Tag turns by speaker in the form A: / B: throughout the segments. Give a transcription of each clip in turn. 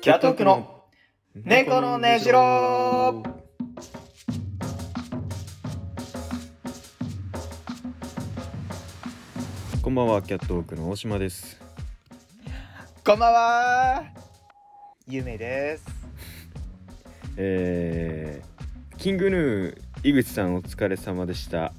A: キャトークの猫のねじろ
B: こんばんはキャットウォークの大島です
A: こんばんはゆめです
B: えー、キングヌー井口さんお疲れ様でした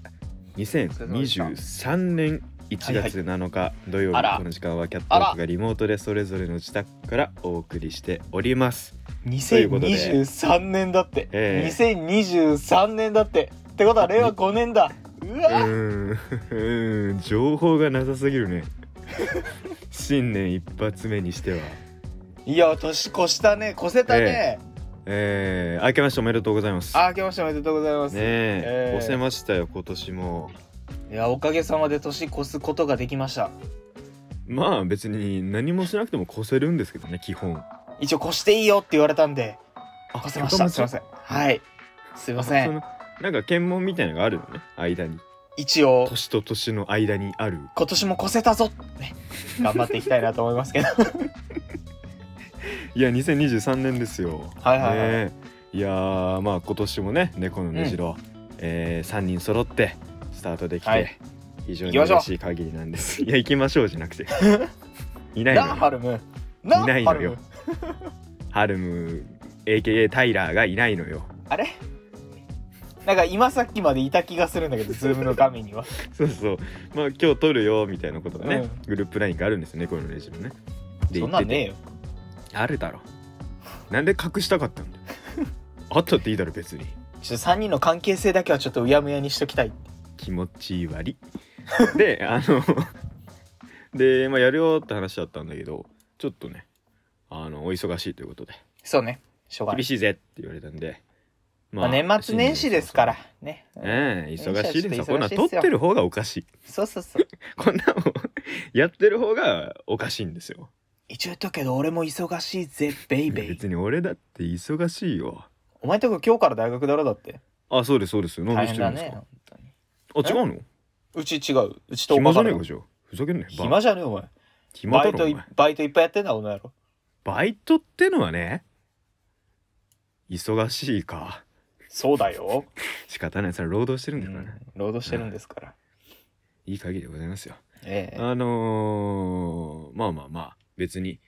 B: 2023年1月7日土曜日、
A: あら
B: この時間はキャットウォークがリモートでそれぞれの自宅からお送りしておりますいうことで
A: 2023年だって、
B: ええ
A: 2023年だってってことは令和5年だう
B: う
A: わ、
B: ーんうーん情報がなさすぎるね新年一発目にしてはい
A: や年越したね越せたね、
B: えー、明けましておめでとうございます
A: あ明けましておめでとうございます、
B: ねえ、
A: えー
B: 押せましたよ今年も
A: いやおかげさまで年越すことができました
B: まあ別に何もしなくても越せるんですけどね基本
A: 一応越していいよって言われたんで
B: あ
A: 越せましたすいませ
B: ん
A: んはいすいませ
B: そ
A: ん
B: のなんか検問みたいなのがあるのね間に
A: 一応
B: 年と年の間にある
A: 今年も越せたぞ、ね、頑張っていきたいなと思います けど
B: いや2023年ですよ
A: はいはいはい
B: ねえいやーまあ今年もね猫のねじろ、えー、3人揃ってスタートできて、
A: はい
B: 非常
A: 行
B: に
A: きましょう
B: 嬉しい限りなんですいや行きましょうじゃなくて いないの
A: な
B: よ
A: あハルム
B: い
A: な
B: な
A: あ
B: い
A: ハ
B: の
A: ル
B: よ
A: ム。
B: ハルム AKA タイラーがいないのよ。
A: あれなんか今さっきまでいた気がするんだ けどズームの画面には
B: そうそう。まあ今日撮るよみたいなことがね、
A: うん
B: グループラインがあるんですよね、このレジのね。で
A: そんなんねえよ
B: 言っててあるだろ。なんで隠したかっ たんだよ。あったっていいだろ、別に。
A: ちょっと3人の関係性だけはちょっとうやむやにしときたい
B: 気持ちいい割。 で、あの、で、まあやるよって話だったんだけど、ちょっとね、あの、お忙しいということで、
A: そうねしょうがな
B: 厳
A: い、
B: しいぜって言われたんで、
A: まあ、年末年始ですから。ね、
B: ええ忙しいです
A: ちょっと忙しいっ
B: よ。こ
A: すよ
B: んなん撮ってる方がおかしい。
A: そうそうそう
B: こんなもん やってる方がおかしいんですよ。
A: 一応言っとくけど俺も忙しいぜベイベイ
B: 別に俺だって忙しいよ。
A: お前んとこ今日から大学だろだって
B: あ、そうですそうです。何
A: 大
B: し
A: 変
B: てる
A: だ
B: んです
A: ね
B: か。
A: 本当に
B: あ、違うの？
A: うち違ううちとおば
B: 暇じゃ
A: か
B: ね
A: だ
B: えかじゃあ。ふざけんなよ。バ
A: 暇じゃねえお前
B: 暇
A: バ
B: だ
A: イ
B: ろ
A: ト
B: お
A: い
B: 前。
A: バイトいっぱいやってんだこの野郎
B: バイトってのはね、忙しいか。
A: そうだよ、
B: 仕方ない。それ労働してる
A: うん
B: だからね
A: ん。、労働してるんですから、
B: いい限りでございますよ。
A: ええ
B: あのー、まあまあまあ別に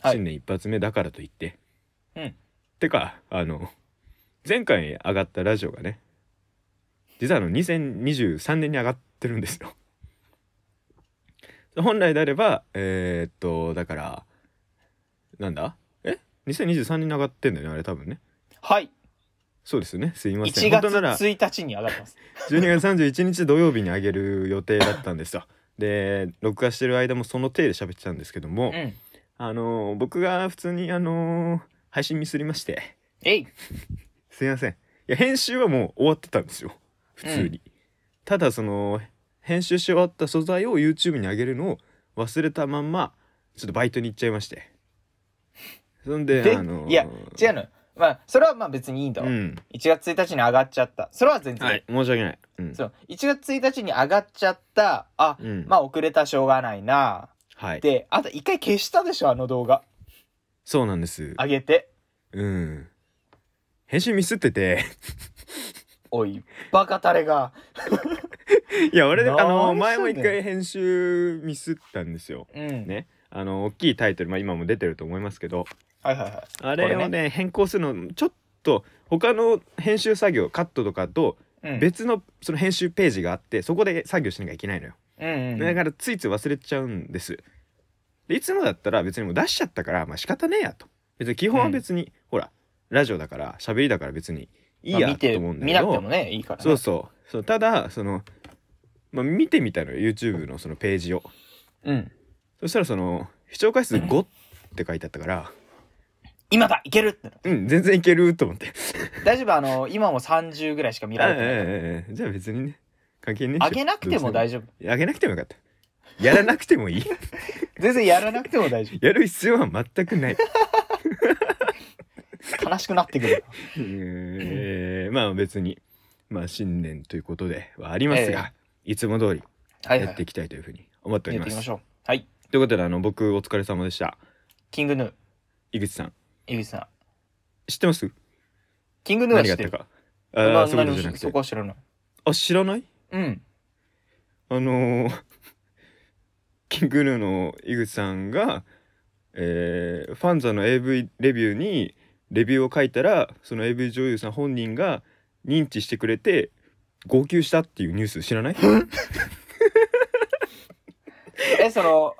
A: はい
B: 新年一発目だからといって。
A: うん
B: てかあの前回上がったラジオがね実はあの2023年に上がってるんですよ。 本来であればえーっとだからなんだえ ?2023 年に上がってんだよねあれ多分ね。
A: はい
B: そうですよねすいま
A: 1
B: せん。本
A: 月
B: 当なら
A: 1日に上がってます
B: 12月31日土曜日に上げる予定だったんですよ。で録画してる間もその体で喋ってたんですけども、
A: うん
B: あの僕が普通にあの配信ミスりまして。
A: えい
B: すいませんいや編集はもう終わってたんですよ普通に、ただその編集し終わった素材を YouTube に上げるのを忘れたまんまちょっとバイトに行っちゃいましてそんで
A: で
B: あの
A: いや違うのまあそれはまあ別にいいんだわ、
B: うん
A: 1月1日に上がっちゃったそれは全然、
B: はい申し訳ないうん
A: そう1月1日に上がっちゃったあ、
B: うん
A: まあ遅れたしょうがないな
B: はい
A: であと1回消したでしょあの動画
B: そうなんです
A: 上げて
B: うん編集ミスってて
A: おいバカタレが
B: いや俺あの
A: 何
B: 前
A: すんねん
B: も一回編集ミスったんですよ
A: うん、
B: ねあの大きいタイトルまあ今も出てると思いますけど
A: はいはいはい
B: あれ
A: こ
B: を
A: れ
B: ね変更するのちょっと他の編集作業カットとかと
A: うん
B: 別のその編集ページがあってそこで作業しなきゃいけないのよ、
A: うんうん
B: だ
A: うん
B: からついつい忘れちゃうんですでいつもだったら別にもう出しちゃったからまあ仕方ねえやと別に基本は別に、ほらラジオだから喋りだから別にいい
A: まあ
B: や
A: 見て
B: と思うんだ
A: 見
B: け
A: なく
B: ど、
A: てもねいいから、ね、
B: そうそうそうただその、まあ、見てみたのよ YouTube のそのページを
A: うん
B: そしたらその視聴回数5って書いてあったから
A: 今だいけるってな
B: うん全然いけると思って
A: 大丈夫あの今も30ぐらいしか見られてない
B: ええええええじゃあ別にね関係ねえ
A: 上げなくても大
B: 丈
A: 丈夫
B: 夫あげなくてもよかったやらなくてもいい
A: 全然やらなくても大丈
B: やる必要は全くない
A: 夫悲しくなってくる
B: ええまあ別にまあ新年ということではありますが、いつも通り
A: はいはい
B: やっていきたいというふうに思っており
A: やっ
B: ま
A: ていき
B: す、
A: ましょうはい
B: ということであの僕お疲れ様でした
A: キングヌー
B: 井口さん
A: ゆうじさん
B: 知ってます
A: キングヌーは知
B: 何があ
A: っ
B: ってた
A: る
B: か
A: な
B: ああそうい
A: 何
B: うこ
A: も知
B: とじゃ
A: ら
B: なく
A: そ
B: て
A: こは知らない
B: あ知らない
A: うん
B: あのー、キングヌーの井口さんが、えーファンザの AV レビューにレビューを書いたらその AV 女優さん本人が認知してくれて号泣したっていうニュース知ら ないフ
A: えその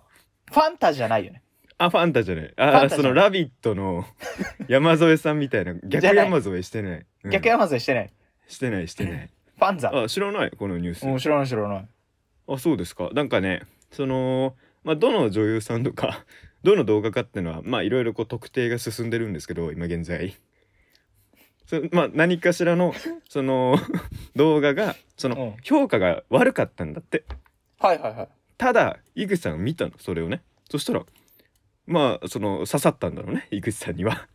A: ファンタじゃないよね
B: あファンタじゃない
A: ァン
B: あ
A: タじゃない
B: その「ラビット!」 の山添さんみたいな逆山添してないうん
A: 逆山添してない
B: してないしてない
A: ファンザ
B: あ知らないこのニュース
A: うん知らない知らない
B: あそうですかなんかねその、まあ、どの女優さんとか どの動画かっていうのはまあいろいろこう特定が進んでるんですけど今現在そまあ、何かしらのその 動画がその
A: うん
B: 評価が悪かったんだって
A: はいはいはい
B: ただ井口さんが見たのそれをねそしたらまあその刺さったんだろうね井口さんには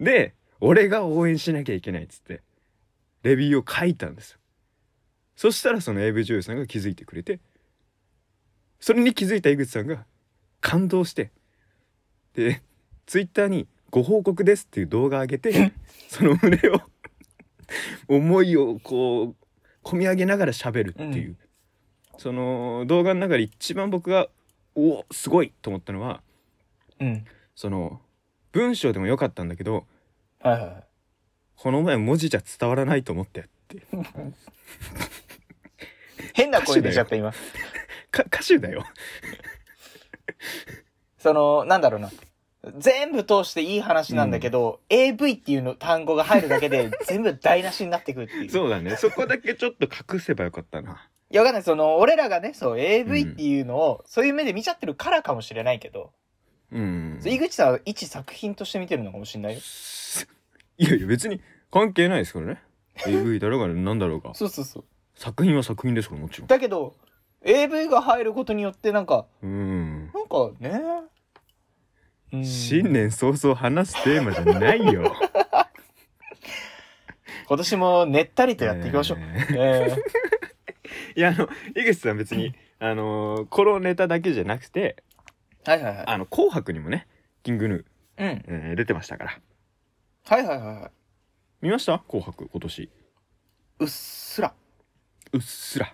B: で俺が応援しなきゃいけないっつってレビューを書いたんですよそしたらその AV 女優さんが気づいてくれてそれに気づいた井口さんが感動してでツイッターに「ご報告です」っていう動画上げてその胸を思いをこう込み上げながら喋るっていう、その動画の中で一番僕がおおすごいと思ったのは
A: うん
B: その文章でも良かったんだけど
A: はいはいはい
B: この前文字じゃ伝わらないと思ってって
A: 変な声出ちゃった今
B: か歌手だよ
A: そのなんだろうな全部通していい話なんだけど、AV っていうの単語が入るだけ で全部台無しになってくるっていう。
B: そうだねそこだけちょっと隠せばよかったない
A: やわかんないその俺らがねそう AV っていうのを、そういう目で見ちゃってるからかもしれないけど、
B: うん
A: そう井口さんは一作品として見てるのかもしれないよ。
B: いやいや別に関係ないですからね AV だろうが何だろうが
A: そうそうそう。
B: 作品は作品ですからもちろん
A: だけど AV が入ることによってなんか
B: うん
A: なんかね。うん
B: 新年早々話すテーマじゃない よ
A: 今年もねったりとやっていきましょう。
B: ね
A: ええ
B: いやあの井口さん別にあのーこのネタだけじゃなくて
A: はいはいはい。
B: あの紅白にもねキングヌー、
A: うん。
B: えー出てましたから
A: はいはいはいはい。
B: 見ました紅白今年
A: うっすら。
B: うっすらへ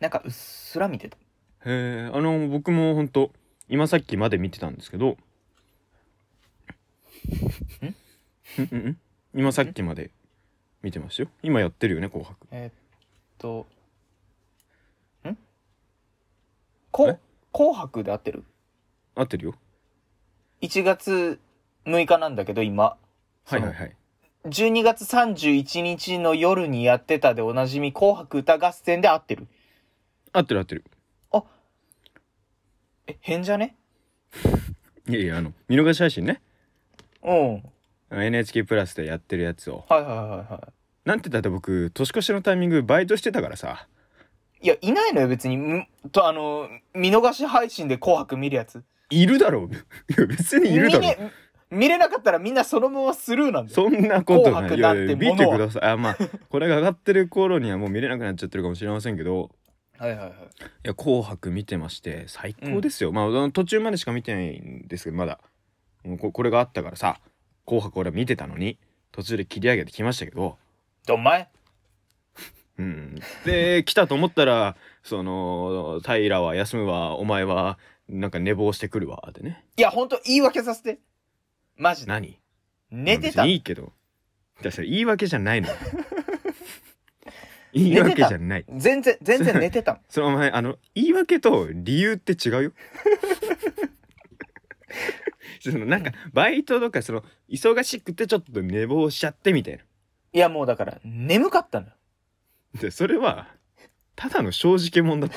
A: なんかうっすら見てた。
B: えあの僕も本当今さっきまで見てたんですけ どんんん今さっきまで見てましたよ今やってるよね紅白
A: えーっと、んこ
B: え
A: 紅白で合ってる
B: 合ってるよ
A: ?1 月6日なんだけど、今。
B: はいはいはい
A: 12月31日の夜にやってたでおなじみ、紅白歌合戦で合ってる。
B: 合ってる合ってる
A: え、変じゃね
B: いやいやあの見逃し配信ね
A: うん。はい
B: あの NHK プラスでやってるやつを
A: はいはいは
B: なんてだって僕年越しのタイミングバイトしてたからさ
A: い。いや、いないのよ、別に。んと、あの、見逃し配信で紅白見るやつ。
B: いるだろう いや別にいるだろ
A: 見
B: う
A: れ見れなかったらみんなそのままスルーなんだよ。
B: そんなことない。
A: 紅白だって
B: いやいや
A: も
B: 見
A: の
B: て
A: は
B: ください。あ、まあ、これが上がってる頃にはもう見れなくなっちゃってるかもしれませんけど、
A: はいはいはい。
B: いや、紅白見てまして、最高ですよ。まああの、途中までしか見てないんですけど、まだ。もうここれがあったからさ、紅白俺は見てたのに、途中で切り上げてきましたけど、
A: お前
B: うん。で、 来たと思ったら、その、平は休むわ、お前は、なんか寝坊してくるわ、でね。
A: いや、ほんと言い訳させて。マジで。
B: 何
A: 寝て
B: まあ
A: た
B: 別に。いいけど。だからそれ言い訳じゃないの よ。言い訳じゃない。
A: 全然、全然寝てたの。
B: そのお前あの言い訳と理由って違うよそのなんかバイトとかその忙しくてちょっと寝坊しちゃってみたい
A: いや、もうだから、眠かったのよ。
B: なでそれはただの正直者だって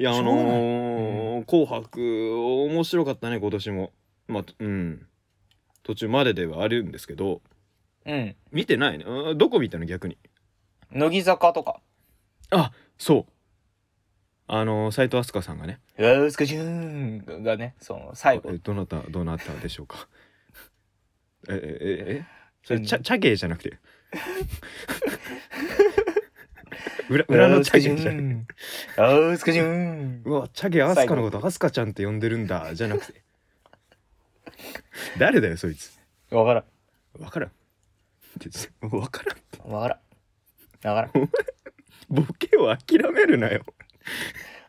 B: いやあのー紅白」面白かったね今年もまあうん途中までではあるんですけど
A: うん。
B: 見てないねうんどこ見たの逆に
A: 乃木坂とか。
B: あそうあの斎藤飛鳥さんがね
A: うわーすかじゅーんがね、その、最後
B: え。どなたどなたでしょうか ええええそれ
A: うん
B: チャチャゲーじゃなくて 裏裏のチャゲーじゃなくて
A: うわーすかじゅーん。うわーすかじゅーん
B: うわチャゲアスカのことアスカちゃんって呼んでるんだじゃなくて 誰だよそいつ
A: わから
B: わからん わからんって
A: ん。わからん。わからん。
B: ボケを諦めるなよ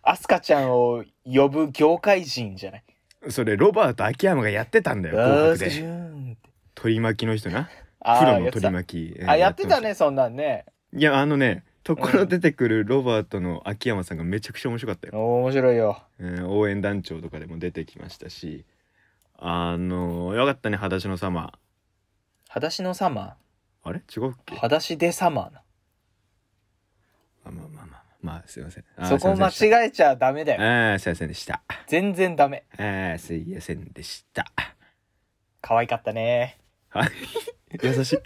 A: アスカちゃんを呼ぶ業界人じゃない。
B: それロバート秋山がやってたんだよ紅
A: あ
B: 白で
A: ー
B: 取り巻きの人な
A: あ
B: プ
A: ー
B: ロ
A: や
B: の
A: って
B: 取
A: た
B: り巻きえー
A: あ、やって
B: ました
A: ね、そんなんね。
B: いやあのねところ出てくるロバートの秋山さんがめちゃくちゃ面白かったよ、
A: おー面白いよ。
B: えー応援団長とかでも出てきましたしあのー、よかったね「裸足の様
A: 裸足のサマ」
B: あれ違うっ
A: ー
B: け
A: 裸足でサマーな
B: あまあまあまあまあすいませんあ
A: そ
B: ー
A: こ間
B: すい
A: 違えちゃダメだよ。
B: ませんでしたあーすいません
A: 全
B: でした
A: 然ダメ。
B: あーすいませんでした
A: 可愛かったね。
B: はい 優しい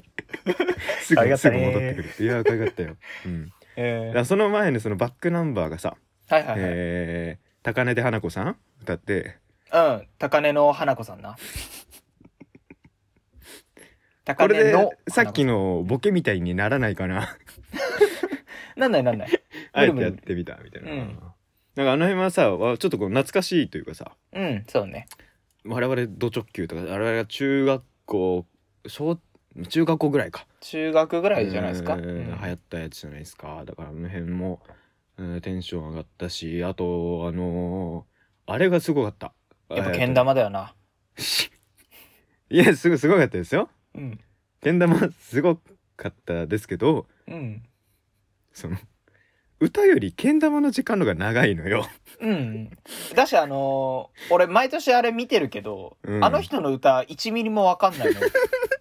B: す
A: 可愛か
B: ぐ
A: っ
B: す
A: た
B: ぐ
A: ね
B: 戻ってくるいやかかったよ、うん、
A: うん
B: だか。らその前のそのバックナンバーがさ、
A: はいはいはい。
B: えー高根で花子さん歌って
A: うん。高根の花子さん な。
B: こ
A: 高
B: れ
A: 根
B: で
A: の。
B: さっき。のボケみたいにならないかな
A: なんないなんない。
B: あえてやってみたみたいな、
A: うん
B: なんかあの辺はさわちょっとこう懐かしいというかさ
A: うん、そうね。
B: 我々ド直球とか我々が中学校小中学校ぐらいか
A: 中学ぐらいじゃないですか。
B: うん
A: うん
B: 流行ったやつじゃないですかだからあの辺も、うんテンション上がったしあとあのーあれがすごかった
A: やっぱけん玉だよな。
B: いやすごすごかったですよ
A: うん。
B: けん玉すごかったですけど
A: うん。
B: その歌よりけん玉の時間の方が長いのよ
A: うん。だし、あのー俺、毎年あれ見てるけど、
B: うん
A: あの人の歌、1ミリもわかんない のよ。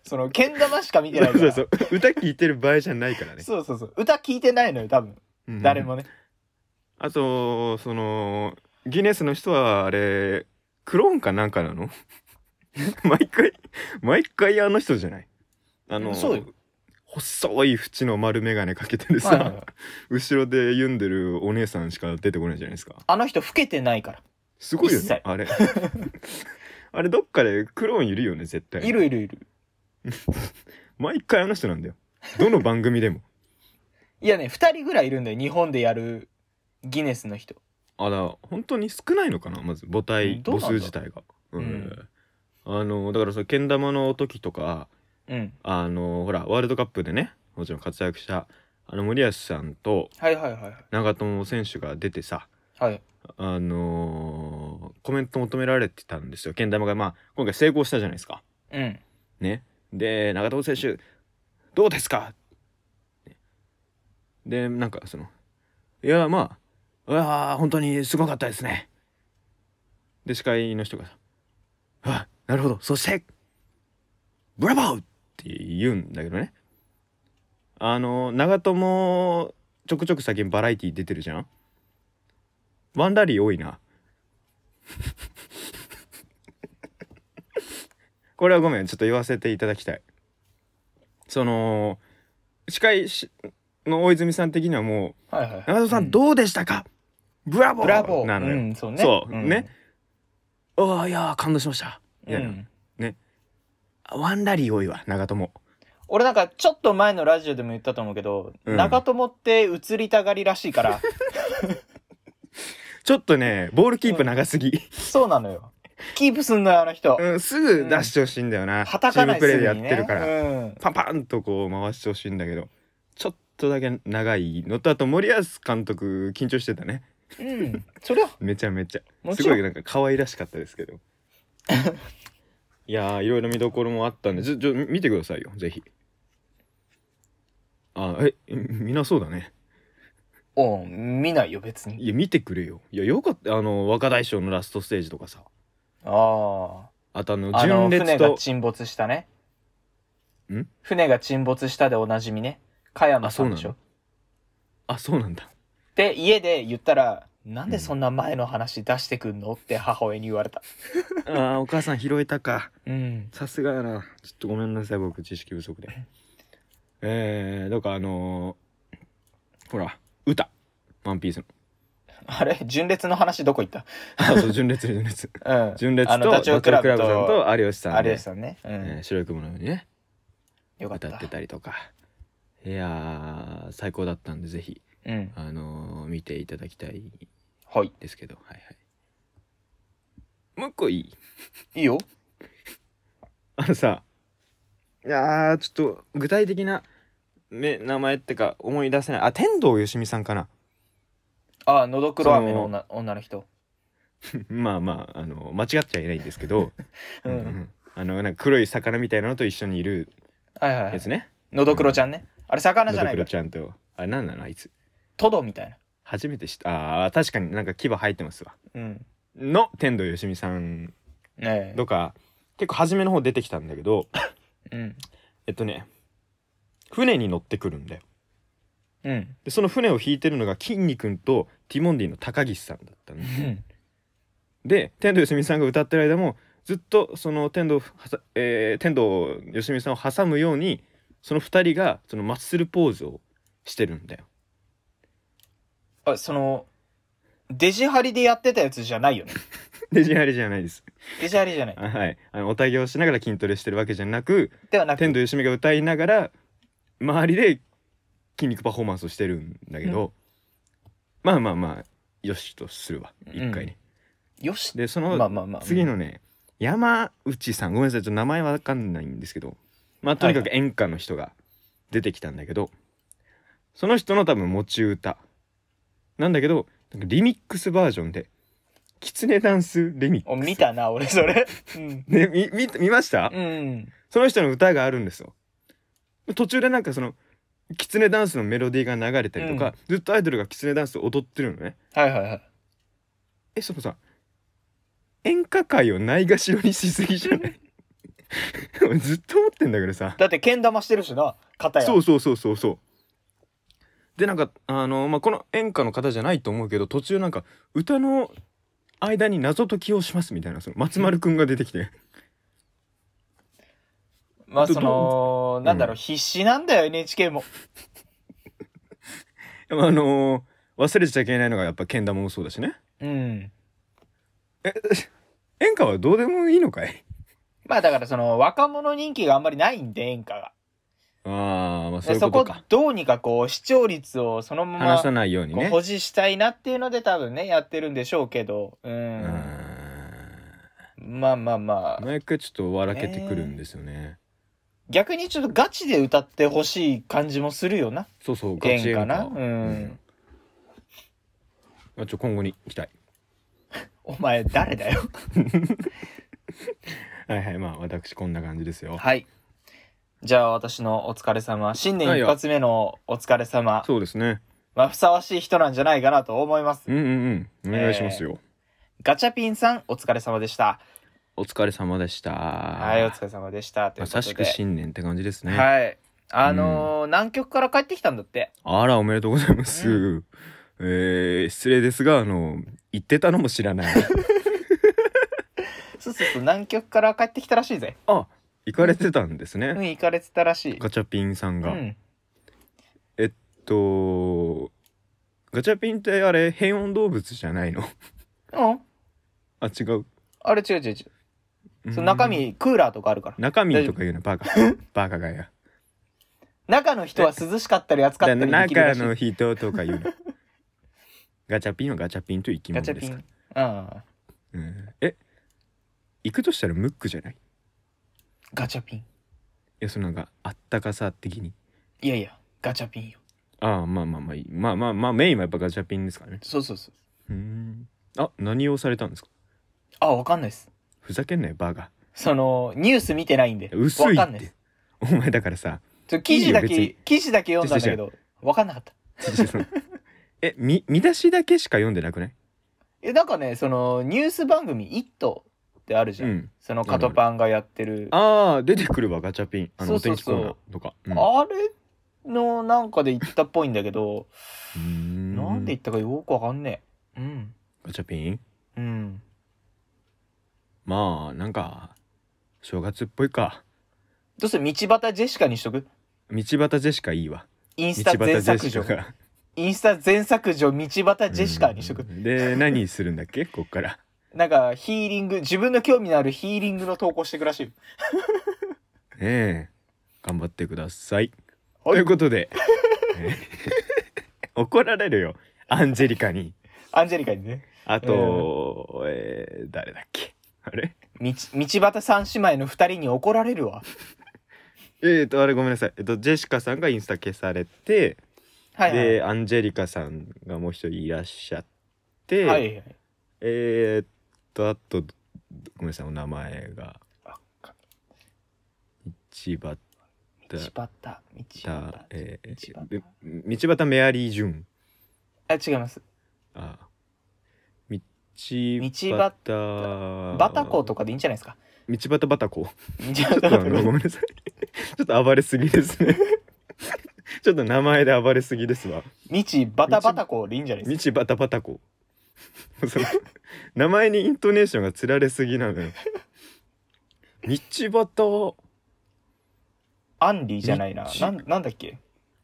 A: その、けん玉しか見てないか
B: そう
A: ら。
B: そうそう歌聞いてる場合じゃないからね、
A: そうそうそう歌聞いてないのよ、多分。
B: うん
A: 誰もね。
B: あとそのギネスの人はあれクローンかなんかなの 毎回毎回あの人じゃないあの
A: そうよ
B: 細い縁の丸眼鏡かけてるさ、
A: はいはいはい
B: 後ろで読んでるお姉さんしか出てこないじゃないですか
A: あの人、老けてないか
B: すごいよ
A: 一
B: ね
A: 切
B: あれ あれどっかでクローンいるよね絶
A: ら。
B: 対
A: いるいるいる。
B: 毎回あの人なんだよどの番組でも
A: いやね、2人ぐらいいるんだよ、日本でやるギネスの人。
B: あら本当に少ないのかなまず母
A: う
B: 体
A: んどう
B: 母
A: なんだ
B: 数自体が、うん
A: うん
B: あのだからそのけん玉の時とか
A: うん。
B: あのほらワールドカップでねもちろん活躍したあの森保さんと
A: はいはいはいはい。
B: 長友選手が出てさ
A: はい。
B: あのーコメント求められてたんですよけん玉がまあ今回成功したじゃないですか
A: うん。
B: ねで長友選手どうですか、ねでなんかそのいやまあうわー本当にすごかったですねで司会の人がさあなるほどそしてブラボーって言うんだけどねあの長友ちょくちょく最近バラエティ出てるじゃんワンラリー多いなこれはごめんちょっと言わせていただきたいその司会しの大泉さん的にはも
A: はいはいはいう
B: 「。長友さんどうでしたかブラボー!」
A: ブラボー
B: なのよ、
A: うん、そうね。
B: そうんね。ああいやー感動しましたみ
A: う
B: たいな、
A: ん。
B: ワンラリー多いわ長友
A: 俺なんかちょっと前のラジオでも言ったと思うけど、
B: うん
A: 長友って移りたがりらしいから、
B: ちょっとねボールキープ長 すぎ、
A: そうなのよ。キープすんのよ、あの人。
B: うん、すぐ出してほしいんだよな、
A: はたかない
B: チー
A: す
B: ムプレーで
A: ぐ
B: やっ
A: にね
B: てるから、
A: うん。
B: パンパンとこう回してほしいんだけどちょっとだけ長いのとあと森保監督緊張してたね
A: うん。そりゃ、
B: めちゃめちゃ
A: も
B: す
A: ち
B: ご
A: ろん
B: いなんか可愛らしかったですけどいやーいろいろ見どころもあったんでちょちょ見てくださいよぜひあえみんなそうだね
A: うん、見ないよ、別に。
B: いや見てくれよいやよかったあの若大将のラストステージとかさ
A: あ
B: あとあの
A: あ。あの、
B: 純
A: 船
B: 烈
A: が
B: と
A: 沈没したね。
B: ん
A: 船が沈没したでおなじみね。加山さんでし
B: あ
A: ょ。
B: あそうなんだ
A: で、家で言ったら、なんでそんな前の話出してくんのって母親に言われた。
B: あーお母さん拾えたか
A: うん。
B: さすがやなちょっとごめんなさい僕知識不足でえー、だからあのーほら歌ワンピースの
A: あれ純烈の話どこ行った
B: あそう純烈純烈
A: うん。
B: 純烈
A: あ
B: と
A: の、ダチョウ倶楽部
B: ダチョウ倶楽部
A: と、
B: さんと有吉さ
A: あ
B: んで
A: れですよね。う
B: えー
A: ん。
B: 白い雲のようにね
A: よかっ
B: 歌
A: た
B: って。たりとかいやー最高だったんでぜひ
A: うん。
B: あのー見ていただきたい
A: はい。
B: ですけどはいはいもう一個いい
A: いいよ。
B: あのさいやーちょっと具体的なめ名前ってか思い出せないあ天童よしみさんかな
A: ああ、のどくろ飴の女女の人。
B: まあまああの間違っちゃいないんですけど、
A: う。
B: うんんあのなんか黒い魚みたいなのと一緒にいる
A: はいはいは
B: や
A: い。
B: つね
A: のどくろちゃんね。あれ、魚じゃ
B: の
A: な
B: どく
A: い
B: ろ
A: か。
B: ちゃんとあれなんなのあいつ
A: トドみたいな。
B: 初めて知ったあー確かになんか牙生えてますわ
A: うん。
B: の天童よしみさん
A: ね
B: とか結構初めの方出てきたんだけど
A: え。うん。
B: えっとね船に乗ってくるんだよ
A: うん。
B: でその船を引いてるのが筋肉とティモンディの高岸さんだったの
A: うん
B: で天童よしみさんが歌ってる間もずっとその天童はさ、えー天童よしみさんを挟むようにその2人がそのマッスルポーズをしてるんだよ
A: あ、その、デジハリでやってたやつじゃないよね。
B: デジハリじゃないです
A: デジハリじゃない。
B: あはいあのおたげをしながら筋トレしてるわけじゃなく
A: ではなく
B: 天童よしみが歌いながら周りで筋肉パフォーマンスをしてるんだけど、まあまあまあよしとするわ一回ね、
A: よし。
B: でその、
A: まあまあまあ。
B: 次。のね山内さんごめんなさいちょっと名前わかんないんですけどまあとにかく演歌の人が出てきたんだけど、その人の多分持ち歌なんだけどなんかリミックスバージョンで「キツネダンスリミック
A: お、見たな、俺、そ れ。うん。
B: ス」ねみ見見ました、
A: うん。
B: その人の歌があるんですよ途中でなんかその「キツネダンス」のメロディーが流れたりとか、ずっとアイドルが「キツネダンス」を踊ってるのね
A: はいはいはい。
B: えそのさ演歌界をないがしろにしすぎじゃない 俺ずっと思ってんだけどさ
A: だって、けん玉してるしな、片や。
B: そうそうそうそうそうでなんかあの、まあ、この演歌の方じゃないと思うけど途中なんか歌の間に謎解きをしますみたいなその松丸くんが出てきて
A: まあ、
B: ど
A: その、なんだろ
B: う
A: う、必死なんだよ、NHK も。
B: あの忘れちゃいけないのがやっぱけん玉もそうだしね
A: うん。
B: 演歌はどうでもいいのかい
A: まあ、だから、その、若者人気があんまりないんで、演歌が。
B: ああまあ
A: で
B: そういう
A: そ
B: こ
A: こ
B: とか
A: どうにかこう視聴率をそのまま
B: 話さないように
A: こう
B: ね
A: 保持したいなっていうので多分ねやってるんでしょうけどう、
B: うんん
A: まあまあまあ
B: 毎回ちょっと笑けてくるんですよね、
A: 逆にちょっとガチで歌ってほしい感じもするよな
B: そうそう、ガ
A: 演
B: チ演
A: 歌な
B: 歌。
A: うん、
B: うんあちょ今後に期待。
A: お前誰だよ
B: はいはい、まあ私こんな感じですよ。
A: はいじゃあ私のお疲れ様新年一発目のお疲れ様
B: そうですね。
A: まあふさわしい人なんじゃないかなと思います
B: うんうんうん。お願いしますよ。
A: ガチャピンさんお疲れ様でした
B: お疲れ様でした。
A: は
B: はい
A: お疲れ様でしたという
B: ま
A: ことで
B: さしく新年って感じですね。
A: はいあのー南極から帰ってきたんだって
B: あら、おめでとうございます。
A: う
B: えー、失礼ですが、あの、言ってたのも知らない。
A: そうそうそう南極から帰ってきたらしいぜ
B: あ、行かれてたんですね。
A: うん行かれてたらしい
B: ガチャピンさん
A: う
B: が。
A: ん
B: えっと、ガチャピンってあれ、変温動物じゃないの
A: うん
B: あ、違う。
A: あれ違う違う違う
B: うん
A: その中身クーラーとかあるから
B: 中身とか言う のバカバカがや
A: 中の人は涼しかったり暑かっ
B: だ
A: たりできる
B: 中
A: らしい
B: の人とか言うの ガチャピンはガチャピンという生き
A: ガ
B: 物
A: チャ
B: で
A: ピ
B: す
A: ンう
B: か
A: んガ
B: ら、うん、え行くとしたらムックじゃないい
A: チャピン
B: やそのなんかあったかさ的に
A: いやいやガチャピンよ
B: ああまあまあまあいいまあまあまあメインはやっぱガチャピンですからね
A: そうそうそう
B: うんあ何をされたんですか
A: あわかんないです
B: ふざけんなよバカ
A: そのニュース見てないんで
B: 薄い
A: わかん
B: っ
A: ないで
B: て
A: す
B: お前だからさ
A: ちょ記事だ
B: いいよ別に
A: け記事だけ読んだんだけどわかんなかった
B: その えみ見出しだけしか読んでなくない
A: えなんかねそのニュース番組「イット!」ってあるじゃん、
B: うん
A: そのカトパンがやってる
B: ああ出てくるわガチャピンあの
A: そうそうそう
B: お天気コーナーとか、うん
A: あれのなんかで言ったっぽいんだけど、
B: うーん
A: なんで言ったかよくわかんねえ。うん。
B: ガチャピン
A: うん。
B: まあなんか正月っぽいか
A: どうする道端ジェシカにしとく
B: 道端ジェシカいいわ
A: イン
B: 道
A: スタ
B: 端
A: 全
B: ジェ
A: 削
B: シ
A: 除
B: カ。が
A: インスタ全削除、道端ジェシカにしとく。
B: うんで何するんだっけこっから
A: なんか、ヒーリング、自分の興味のあるヒーリングの投稿してくらしいよ。
B: ねえ頑張ってください
A: はい
B: ということで ね怒られるよアンジェリカに
A: アンジェリカにね。
B: あと、えー誰だっけあれ
A: 道道端三姉妹の二人に怒られるわ。
B: えっとあれごめんなさい、えっと、ジェシカさんがインスタ消されて、
A: はい、はい。
B: でアンジェリカさんがもう一人いらっしゃって、
A: はいはい。
B: えーっとあとごめんなさいお名前が
A: あか
B: 道端
A: 道端、道端。
B: え
A: 道
B: ー
A: 端
B: 道端メアリージュン
A: あ、違います。
B: あ道端
A: 道バタコとかでいいんじゃないですか。
B: 道端バタコ
A: 道
B: ちょ
A: 端
B: っとあのごめんなさい ちょっと暴れすぎですね ちょっと名前で暴れすぎですわ
A: 道バタバタコでいいんじゃないです
B: 道端バタコその名前にイントネーションがつられすぎなのよ道端
A: か。アンリーじゃないな。
B: 道
A: なんなんだっけ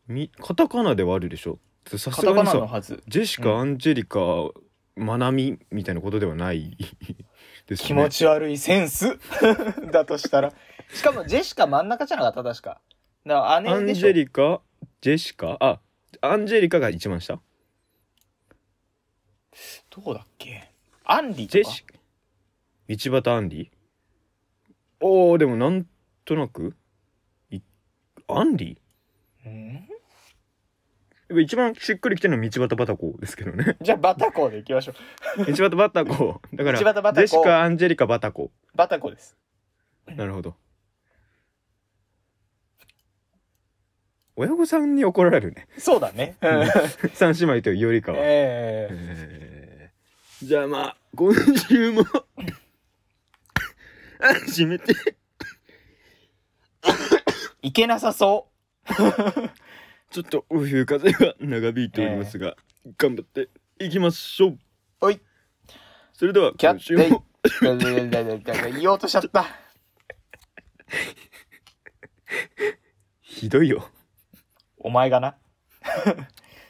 B: みカタカナではあるでしょさ
A: カ
B: す
A: タ
B: が
A: カ
B: に
A: ナの
B: さ
A: はず。
B: ジェシ
A: う
B: カ、
A: ん
B: アンジェリカマナミみたいなことではないですね
A: 気持ち悪いセンス だとしたら。しかもジェシカ真ん中じゃなかった確か。だから
B: ア
A: 姉
B: ン
A: でし
B: ジ
A: ょ
B: ェリカジェシカあアンジェリカが一番下
A: どうだっけアンリ
B: ジ
A: と
B: ェ
A: か
B: シ道端アンリおーでもなんとなくいアンリ
A: うん
B: 一番しっくりきてるのは道端バタコですけどね
A: じゃあバタコでいきましょう。
B: 道端バタコだから
A: 道端バタコ
B: ジェシカアンジェリカバタコ
A: バタコです。
B: なるほど親御さんに怒られるね
A: そうだね。 うん
B: 三姉妹というよりかは、
A: ええ
B: えーじゃあまあ今週も 始めて
A: いけなさそ
B: ちょっと冬風が長引いておりますが、頑張っていきましょう
A: う。おい、
B: それでは
A: キャ
B: 今
A: ッ
B: 週も
A: テイ。言おうとしちゃった。
B: ひどいよ
A: お前がな。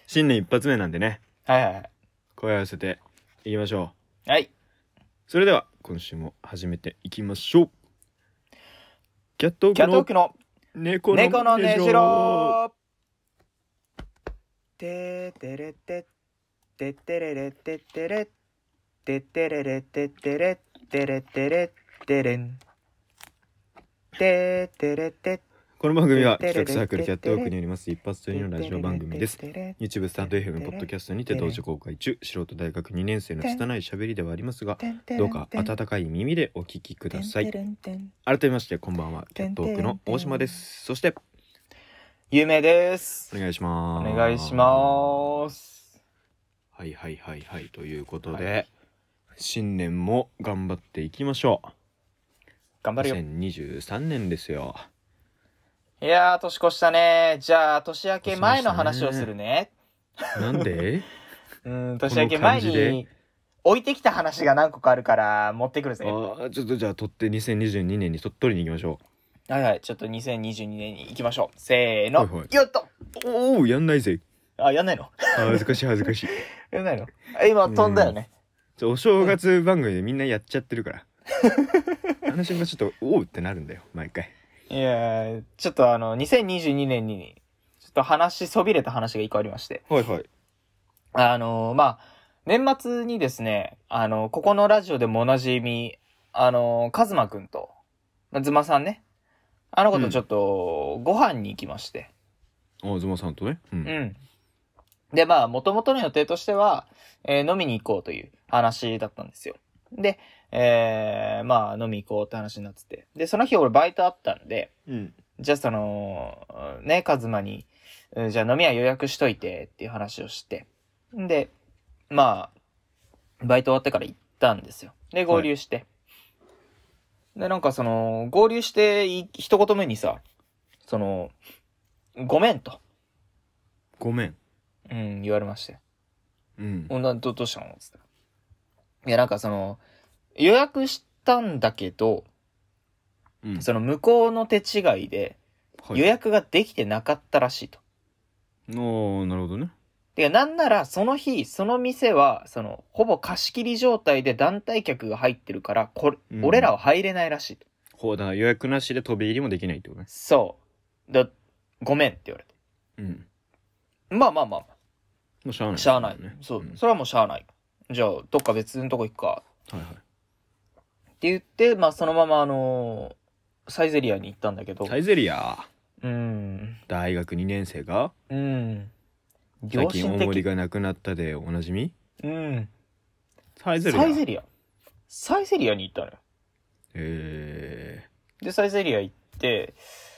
B: 新年一発目なんでね
A: はいはいはい。
B: 声合わせていきましょ
A: はい。
B: うそれでは今週も始めていきましょうキャットオー
A: キャ
B: ク
A: ットウォ
B: の
A: ークの
B: 猫の
A: 猫のねじ
B: ろ
A: ろててれてててれれててれててれれててれてれてれてれんててれて
B: この番組は企画サークルキャットオークによります一発撮りのラジオ番組です YouTube スタンド FM ポッドキャストにて同時公開中素人大学2年生の拙い喋りではありますがどうか温かい耳でお聞きください改めましてこんばんはキャットオークの大島ですそして
A: 有名です
B: お願いしま
A: お
B: す
A: 願いします
B: はいはいはいはいということで、新年も頑張っていきましょ
A: 頑
B: う
A: 張るよ
B: 2023年ですよ
A: いやー年越したねじゃあ年明け前の話をするね
B: なん で
A: うん年明け前
B: この感じ
A: に置いてきた話が何個かあるから持ってくる
B: あ
A: ぜ
B: ーちょっとじゃあ取って2022年に取っ取りに行きましょ
A: はいはい、ちょっと2022年に行きましょう。せーの。
B: はいはい
A: よっと
B: うおおやんないぜ
A: あ、やんないの
B: あー恥ずかしい恥ずかしい
A: やんないのあ今飛んだよね。
B: ちょお正月番組でみんなやっちゃってるから あの瞬間ちょっとおおってなるんだよ毎回
A: いやーちょっとあの、2022年に、ちょっと話しそびれた話が一個ありまして。
B: はいはい
A: あのーまあ、年末にですね、あのここのラジオでもおなじみ、あのー、カズマくんと、まあズマさんね。あの子とちょっと、ご飯に行きまして。
B: あずまさんとねうん、
A: うん。で、まあ、もともとの予定としては、えー飲みに行こうという話だったんですよ。で、えーまあ、飲み行こうって話になってて。で、その日俺バイトあったんで、
B: うん
A: じゃあその、ね、カズマに、うんじゃあ飲み屋予約しといてっていう話をして。んで、まあ、バイト終わってから行ったんですよ。で、合流して。で、なんかその、合流してい、一言目にさ、その、ごめんと、
B: ごめん
A: うん、言われまして。
B: うん
A: うんなどどうしたのっつったらいや、なんかその、予約したんだけど、
B: うん
A: その向こうの手違いで
B: はい
A: 予約ができてなかったらしいと。
B: おーなるほどね
A: で、なんならその日、その店は、その、ほぼ貸し切り状態で団体客が入ってるから、これ、
B: うん
A: 俺らは入れないらしいと。
B: ほうだから予約なしで飛び入りもできないってことね
A: そう。だ、ごめんって言われて。
B: うん
A: まあまあまあま
B: もうしゃあな
A: あ、
B: い
A: しゃあない。
B: ね
A: そう、
B: ん
A: それはもうしゃあない。じゃあ、どっか別のとこ行くか。
B: はいはい
A: って言って、まあ、そのまま、あのーサイゼリアに行ったんだけど、
B: サイゼリア
A: うん、
B: 大学2年生が
A: うん。
B: 最
A: 良
B: 近
A: 心
B: 大盛り
A: 的。
B: がなくなったでおなじみ
A: うん。
B: サイゼリア
A: サイゼリア。サイゼリアに行ったのよ。
B: え
A: で、サイゼリア行って、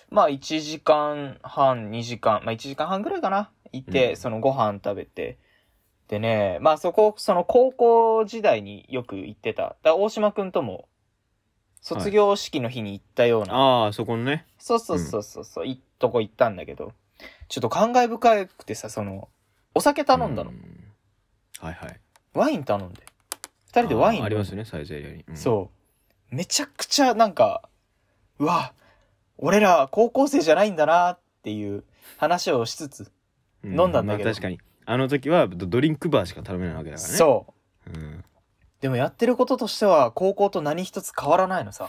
A: まあ1時間半、2時間、まあ1時間半ぐらいかな。行って、
B: うん
A: そのご飯食べて。でね、まあそこ、その高校時代によく行ってた。だから大島くんとも、卒業式の日に行ったよう
B: ー、
A: な、
B: ああそこのね
A: そうそうそうそうそう、いいとこ行ったんだけど、ちょっと感慨深くてさ、その、お酒頼んだの。
B: うはいはい
A: ワイン頼んで。二人でワイン
B: あーあり
A: 飲ん
B: ま
A: です
B: ねサイゼリアに、うん
A: そう。めちゃくちゃなんか、うわ、俺ら高校生じゃないんだなっていう話をしつつ、
B: う
A: 飲んだんだけど
B: まあ確かにあの時はドリンクバーしか頼めないわけだからね
A: そう。
B: う、ん、
A: でもやってることとしては高校と何一つ変わらないのさ。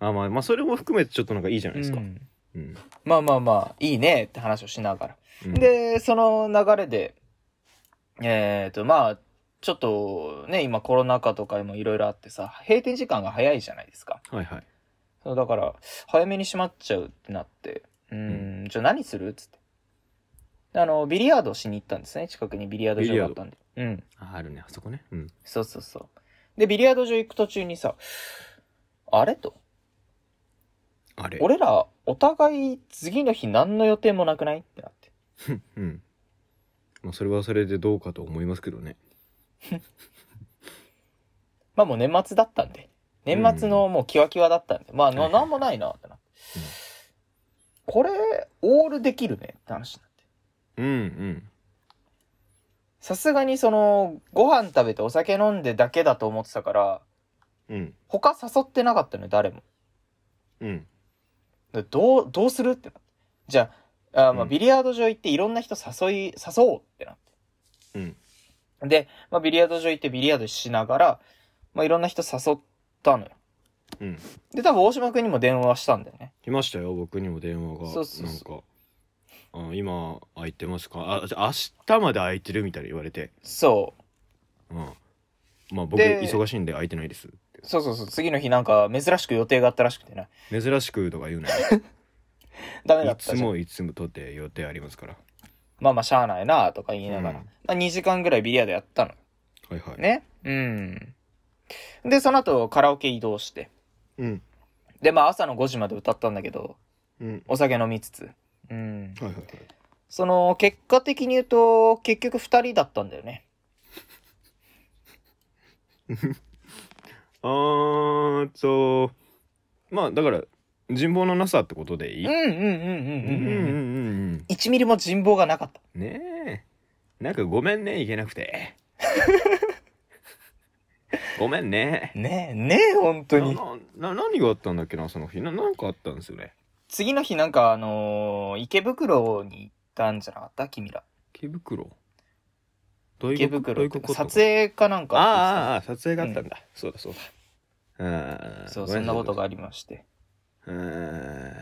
B: あまあまあそれも含めてちょっとなんかいいじゃないです
A: う
B: か、
A: ん
B: うん
A: まあまあまあ、いいねって話をしながら。
B: うん
A: で、その流れで、えっ、と、まあ、ちょっとね、今コロナ禍とかもいろいろあってさ、閉店時間が早いじゃないですか。
B: はいはい
A: そうだから早めに閉まっちゃうってなって「うーんじゃあ何する?」っつってであのビリヤードしに行ったんですね近くにビリヤード場があったんでうん
B: ああるねあそこねうん
A: そうそうそうでビリヤード場行く途中にさ「あれ?」と
B: あ
A: 「
B: れ
A: 俺らお互い次の日何の予定もなくない?」ってなって
B: うんまあそれはそれでどうかと思いますけどね
A: まあもう年末だったんで年末のもうキワキワだったんで、まあな
B: はいはい
A: なんもないなってなって、
B: うん
A: これオールできるねって話になって
B: うんうん
A: さすがにそのご飯食べてお酒飲んでだけだと思ってたから
B: うん
A: 他誘ってなかったのよ誰も
B: うん
A: でどうどうするってなってじゃああーまあ
B: うん
A: ビリヤード場行っていろんな人誘い誘おうってなっ
B: うん
A: てで、まあ、ビリヤード場行ってビリヤードしながら、まあ、いろんな人誘ったのよ
B: うん
A: で多分大島君にも電話したんだよね
B: 来ましたよ僕にも電話が
A: そうそうそう
B: なんかあ今空いてますかあじゃあ明日まで空いてるみたいに言われて、
A: そう
B: うん、まあ僕
A: で
B: 忙しいんで空いてないですって
A: そうそうそう次の日なんか珍しく予定があったらしくてね
B: 珍しくとか言うなよ
A: ダメだ
B: い
A: った
B: つ
A: じゃん
B: もいつもとって予定ありますから
A: まあまあしゃあないなとか言いながら、
B: うん
A: まあ、2時間ぐらいビリヤードやったの
B: はいはい、
A: ねうんでその後カラオケ移動して
B: うん
A: でまあ朝の5時まで歌ったんだけど
B: うん
A: お酒飲みつつうん
B: はいはいはい
A: その結果的に言うと結局2人だったんだよね
B: あーっとまあだから人望のなさってことでい
A: うん
B: い
A: うんうん
B: う
A: うんうんう
B: んうん
A: ん
B: うん
A: 1ミリも人望がなかった
B: うんねえなんかごめんね行けな くてごめんね
A: ねえねえ本当に
B: なな何があったんだっけなその日ななんかあったんですよね
A: 次の日なんかあのー池袋に行ったんじゃなかった君ら
B: 池袋大学
A: 池袋って
B: 大学
A: 撮影かなん
B: あ
A: か
B: あああ撮影があったんだ、そうだそうだああ
A: そうそんなことがありまして
B: うん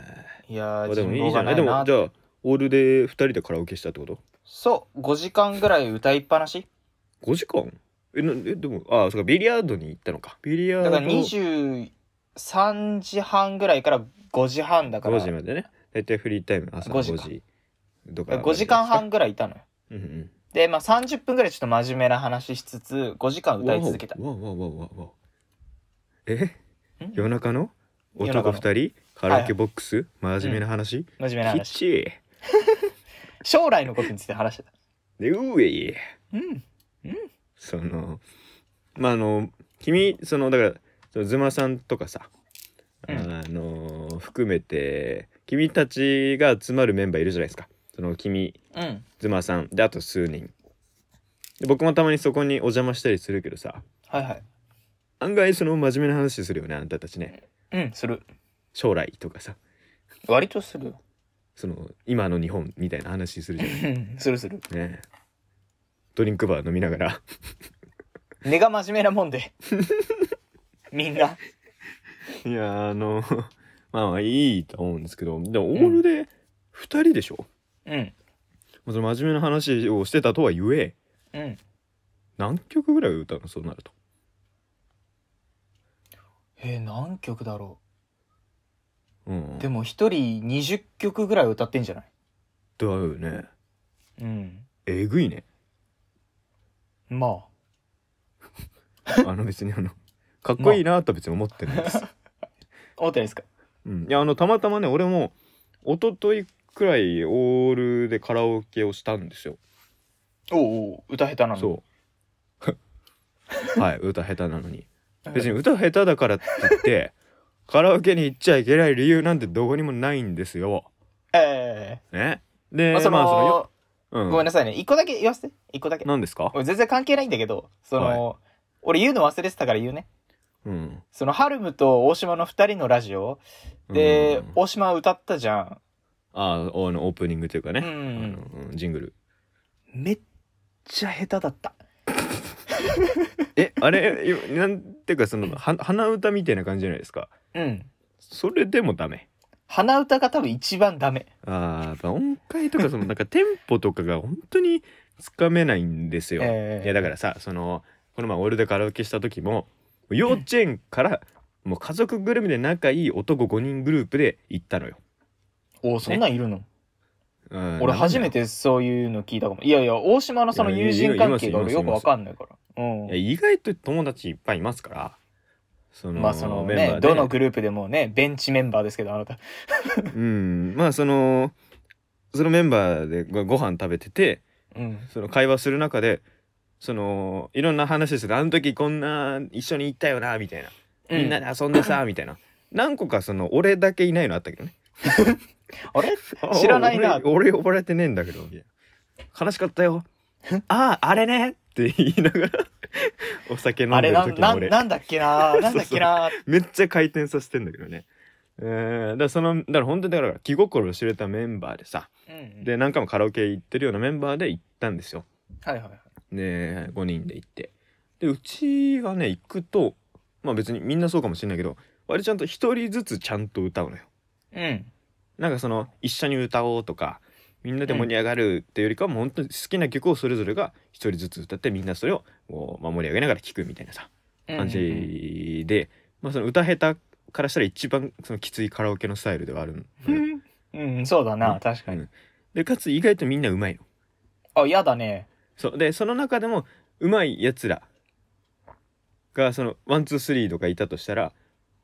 A: いや
B: あ
A: ー
B: でも
A: 人
B: いい
A: 望
B: じゃ
A: が
B: な
A: ないい
B: で
A: な
B: もじゃあオールで2人でカラオケしたってこと
A: そう5時間ぐらい歌いっぱなし
B: 5時間えなえでもああそうかビリヤードに行ったのかビリヤー
A: だ
B: ド
A: から23時半ぐらいから5時半だから
B: 5時までね大体フリータイム朝
A: 5
B: 5
A: 時
B: 時
A: か
B: とか
A: 5時間半ぐらいいたのよ
B: うんうん
A: で、まあ、30分ぐらいちょっと真面目な話しつつ5時間歌い続けた
B: わおわおわおわおわおえ
A: ん
B: 夜中の
A: 夜中の
B: 男二人カラオケボックス、真面目な話、
A: 真面目
B: キ
A: な
B: ッ
A: 話
B: チ
A: 将来のことについて話してた
B: ンでうえい
A: うん
B: そのまああの君そのだからそのズマさんとかさ、
A: うん
B: あの含めて君たちが集まるメンバーいるじゃないですかその君
A: うん
B: ズマさんであと数人で僕もたまにそこにお邪魔したりするけどさ
A: はいはい
B: 案外その真面目な話するよねあんたたちね
A: うんする
B: 将来とかさ
A: 割とするよ
B: その今の日本みたいな話するじゃない
A: うんするする
B: ねえドリンクバー飲みながら
A: 根が真面目なもん でみんない
B: やあの まあまあいいと思うんですけどでもオールで2人でしょ、
A: うん
B: まあその真面目な話をしてたとはゆえ
A: うん
B: 何曲ぐらい歌うのそうなると
A: えー何曲だろ
B: うん
A: うでも一人20曲ぐらい歌ってんじゃない
B: だよ ね
A: うん
B: えぐいね
A: ま
B: あの別にあのかっこいいなとは別に思ってないです、
A: あ思ってないですか
B: うん、いやあのたまたまね俺も一昨日くらいオールでカラオケをしたんですよ
A: おうおう歌下手なのに
B: そ うはい歌下手なのに別に歌下手だからって言って カラオケに行っちゃいけない理由なんてどこにもないんですよ
A: え
B: ね
A: え
B: で、
A: まあその,、
B: まあそのよ、うん、
A: ごめんなさいね一個だけ言わせて一個だけ
B: 何ですか
A: 俺全然関係ないんだけどその、俺言うの忘れてたから言うね
B: うん
A: そのハルムと大島の2人のラジオで、
B: うん
A: 大島歌ったじゃん、
B: ああのオープニングというか
A: う、
B: ね、うんんジングル
A: めっちゃ下手だった
B: えあれ よなんていうかそのは鼻歌みたいな感じじゃないですか
A: うん
B: それでもダメ
A: 鼻歌が多分一番ダメ
B: あーやっぱ音階とかそのなんかテンポとかが本当につかめないんですよ、
A: ええ
B: いやだからさそのこの前俺でカラオケした時も幼稚園からもう家族ぐるみで仲いい男5人グループで行ったのよ、
A: おそんなんいるの、
B: うん
A: 俺初めてそういうの聞いたかもいやいや大島のその
B: いや
A: 友人関係が
B: いま
A: 俺
B: す
A: よくわかんないからう
B: い
A: ん
B: や意外と友達いっぱいいますからそ
A: まあその
B: メンバ
A: ね
B: ーで
A: どのグループでもねベンチメンバーですけどあなた
B: うんまあそのそのメンバーでごご飯食べてて
A: うん
B: その会話する中でそのいろんな話でするあの時こんな一緒に行ったよなみたいなみんな
A: う
B: で遊んでさみたいな何個かその俺だけいないのあったけどね
A: あれ知らないな
B: あ俺俺呼ばれてねえんだけどみたいな悲しかっ たよあああれねって言いながら お酒飲ん
A: あ
B: で
A: れ
B: る
A: なん
B: 時の
A: なん
B: 俺
A: なんだっけななんだっけな
B: めっちゃ回転させてんだけどねえー、だからそのだから本当にだから気心を知れたメンバーでさ
A: うん
B: で何回もカラオケ行ってるようなメンバーで行ったんですよ
A: はいはいはい
B: で5人で行ってでうちがね行くとまあ別にみんなそうかもしれないけど割とちゃんと一人ずつちゃんと歌うのよ
A: うん
B: なんかその一緒に歌おうとかみんなで盛り上がるっていうよりかはもう本当に好きな曲をそれぞれが一人ずつ歌ってみんなそれをこうまあ盛り上げながら聴くみたいなさ
A: うん
B: 感じで、まあ、その歌下手からしたら一番そのきついカラオケのスタイルではあるの
A: う
B: よ
A: んうんそうだな確か
B: う
A: に
B: んでかつ意外とみんなうまいの
A: あ嫌だね
B: そうでその中でもうまいやつらがそのワンツースリーとかいたとしたら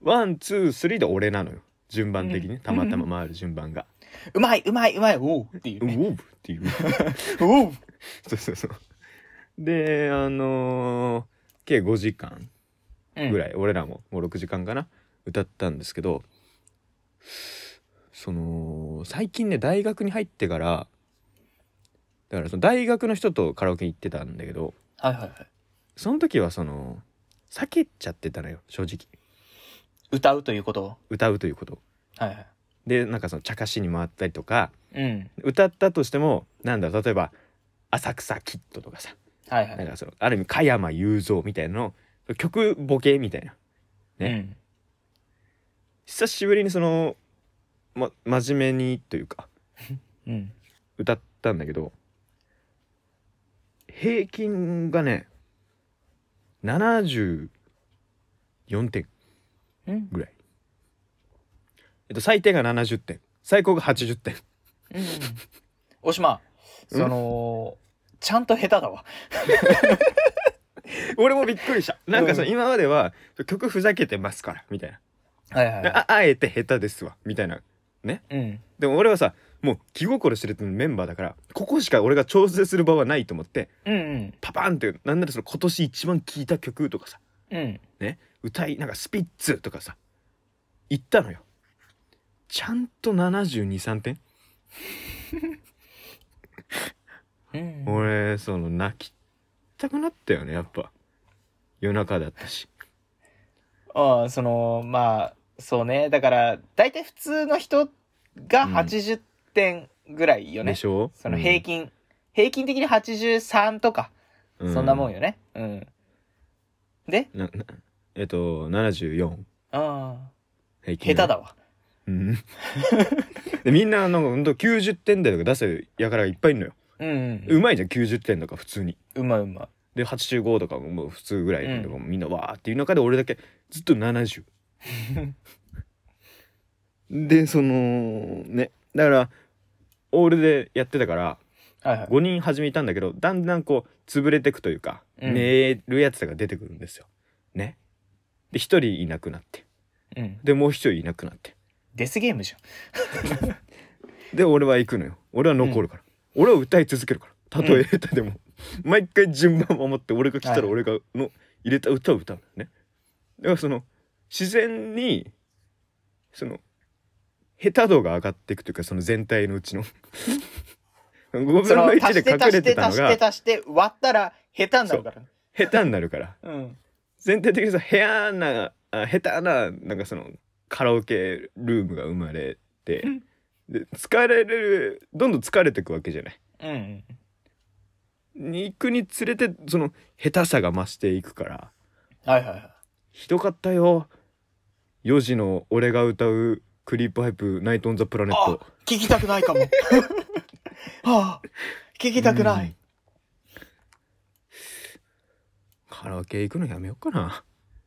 B: ワンツースリーで俺なのよ順番的に、
A: うん
B: たまたま回る順番が
A: うまいうまいうまいおうって いう
B: 「う
A: ね
B: おう」っていう
A: おう
B: そうそうそうであのー計5時間ぐら
A: い
B: い、俺らももう6時間かな歌ったんですけどその最近ね大学に入ってからだからその大学の人とカラオケ行ってたんだけど
A: はいはいはい
B: その時はその避けちゃってたのよ正直
A: 歌うということを
B: 歌うということ
A: はいはい
B: でなんかその茶化しに回ったりとか
A: うん
B: 歌ったとしてもなんだろう例えば「浅草キッド」とかさ
A: はいは
B: なん
A: い
B: かそのある意味加山雄三みたいなの曲ボケみたいな
A: ね
B: 久しぶりにその、ま、真面目にというか
A: うん
B: 歌ったんだけど平均がね74点
A: うん
B: ぐらい、えっと、最低が70点最高が80点
A: うん大島
B: うん
A: そのちゃんと下手だわ
B: 俺もびっくりしたなんかその
A: うん
B: 今までは曲ふざけてますからみたいな、
A: はいは
B: ああえて下手ですわみたいない
A: うん
B: でも俺はさもう気心知れてるメンバーだからここしか俺が調整する場はないと思って
A: うんうん
B: パパーンってなんならその今年一番聴いた曲とかさ
A: うん
B: 歌いなんかスピッツとかさ言ったのよちゃんと723点、
A: うん
B: 俺その泣きたくなったよねやっぱ夜中だったし
A: ああそのまあそうねだから大体普通の人が
B: うん
A: 80点ぐらいよね、
B: でしょ
A: その平
B: 均、
A: 均、平均的に83とか、
B: う
A: そんなもん
B: よ
A: よねうんで
B: ななえっと74
A: ああ
B: 平
A: 下手
B: 均
A: だわ
B: うんでみんなあのほんと90点台とか出すやからがいっぱいいるのよ、
A: うんうん
B: うまいじゃん90点とか普通に
A: うまいうま
B: で85とかももう普通ぐらいのとか
A: う
B: もみんなわーっていう中で俺だけずっと70でそのねだからオールでやってたから
A: はいはい。
B: 5人始めたんだけどだんだんこう潰れてくというか、
A: うん
B: 寝るやつが出てくるんですよ。ね。で1人いなくなって
A: うん。
B: でもう1人いなくなって
A: デスゲームじゃん。
B: で俺は行くのよ俺は残るから、俺は歌い続けるからたとえ下手でも、毎回順番守って俺が来たら
A: はい
B: 俺がの入れた歌を歌うのねだからその自然にその下手度が上がっていくというかその全体のうちの5分の
A: その、
B: 1
A: 足し
B: で
A: て
B: 隠
A: 足
B: れ
A: してて
B: たの
A: 足して
B: が
A: 足して割ったら下手になるからね。
B: 下手になるから
A: うん。
B: 全体的にさ下手なあ下手ななんかそのカラオケルームが生まれて
A: うん
B: で疲れるどんどん疲れていくわけじゃない
A: うん。
B: に行くにつれてその下手さが増していくから
A: はいはいはい。
B: ひどかったよ4時の俺が歌う「クリープハイプナイト・オン・ザ・プラネッ
A: あ
B: ト、
A: 聞きたくない かも。ああ、聞」きたくな
B: うん
A: い。
B: カラオケ行くのやめようかな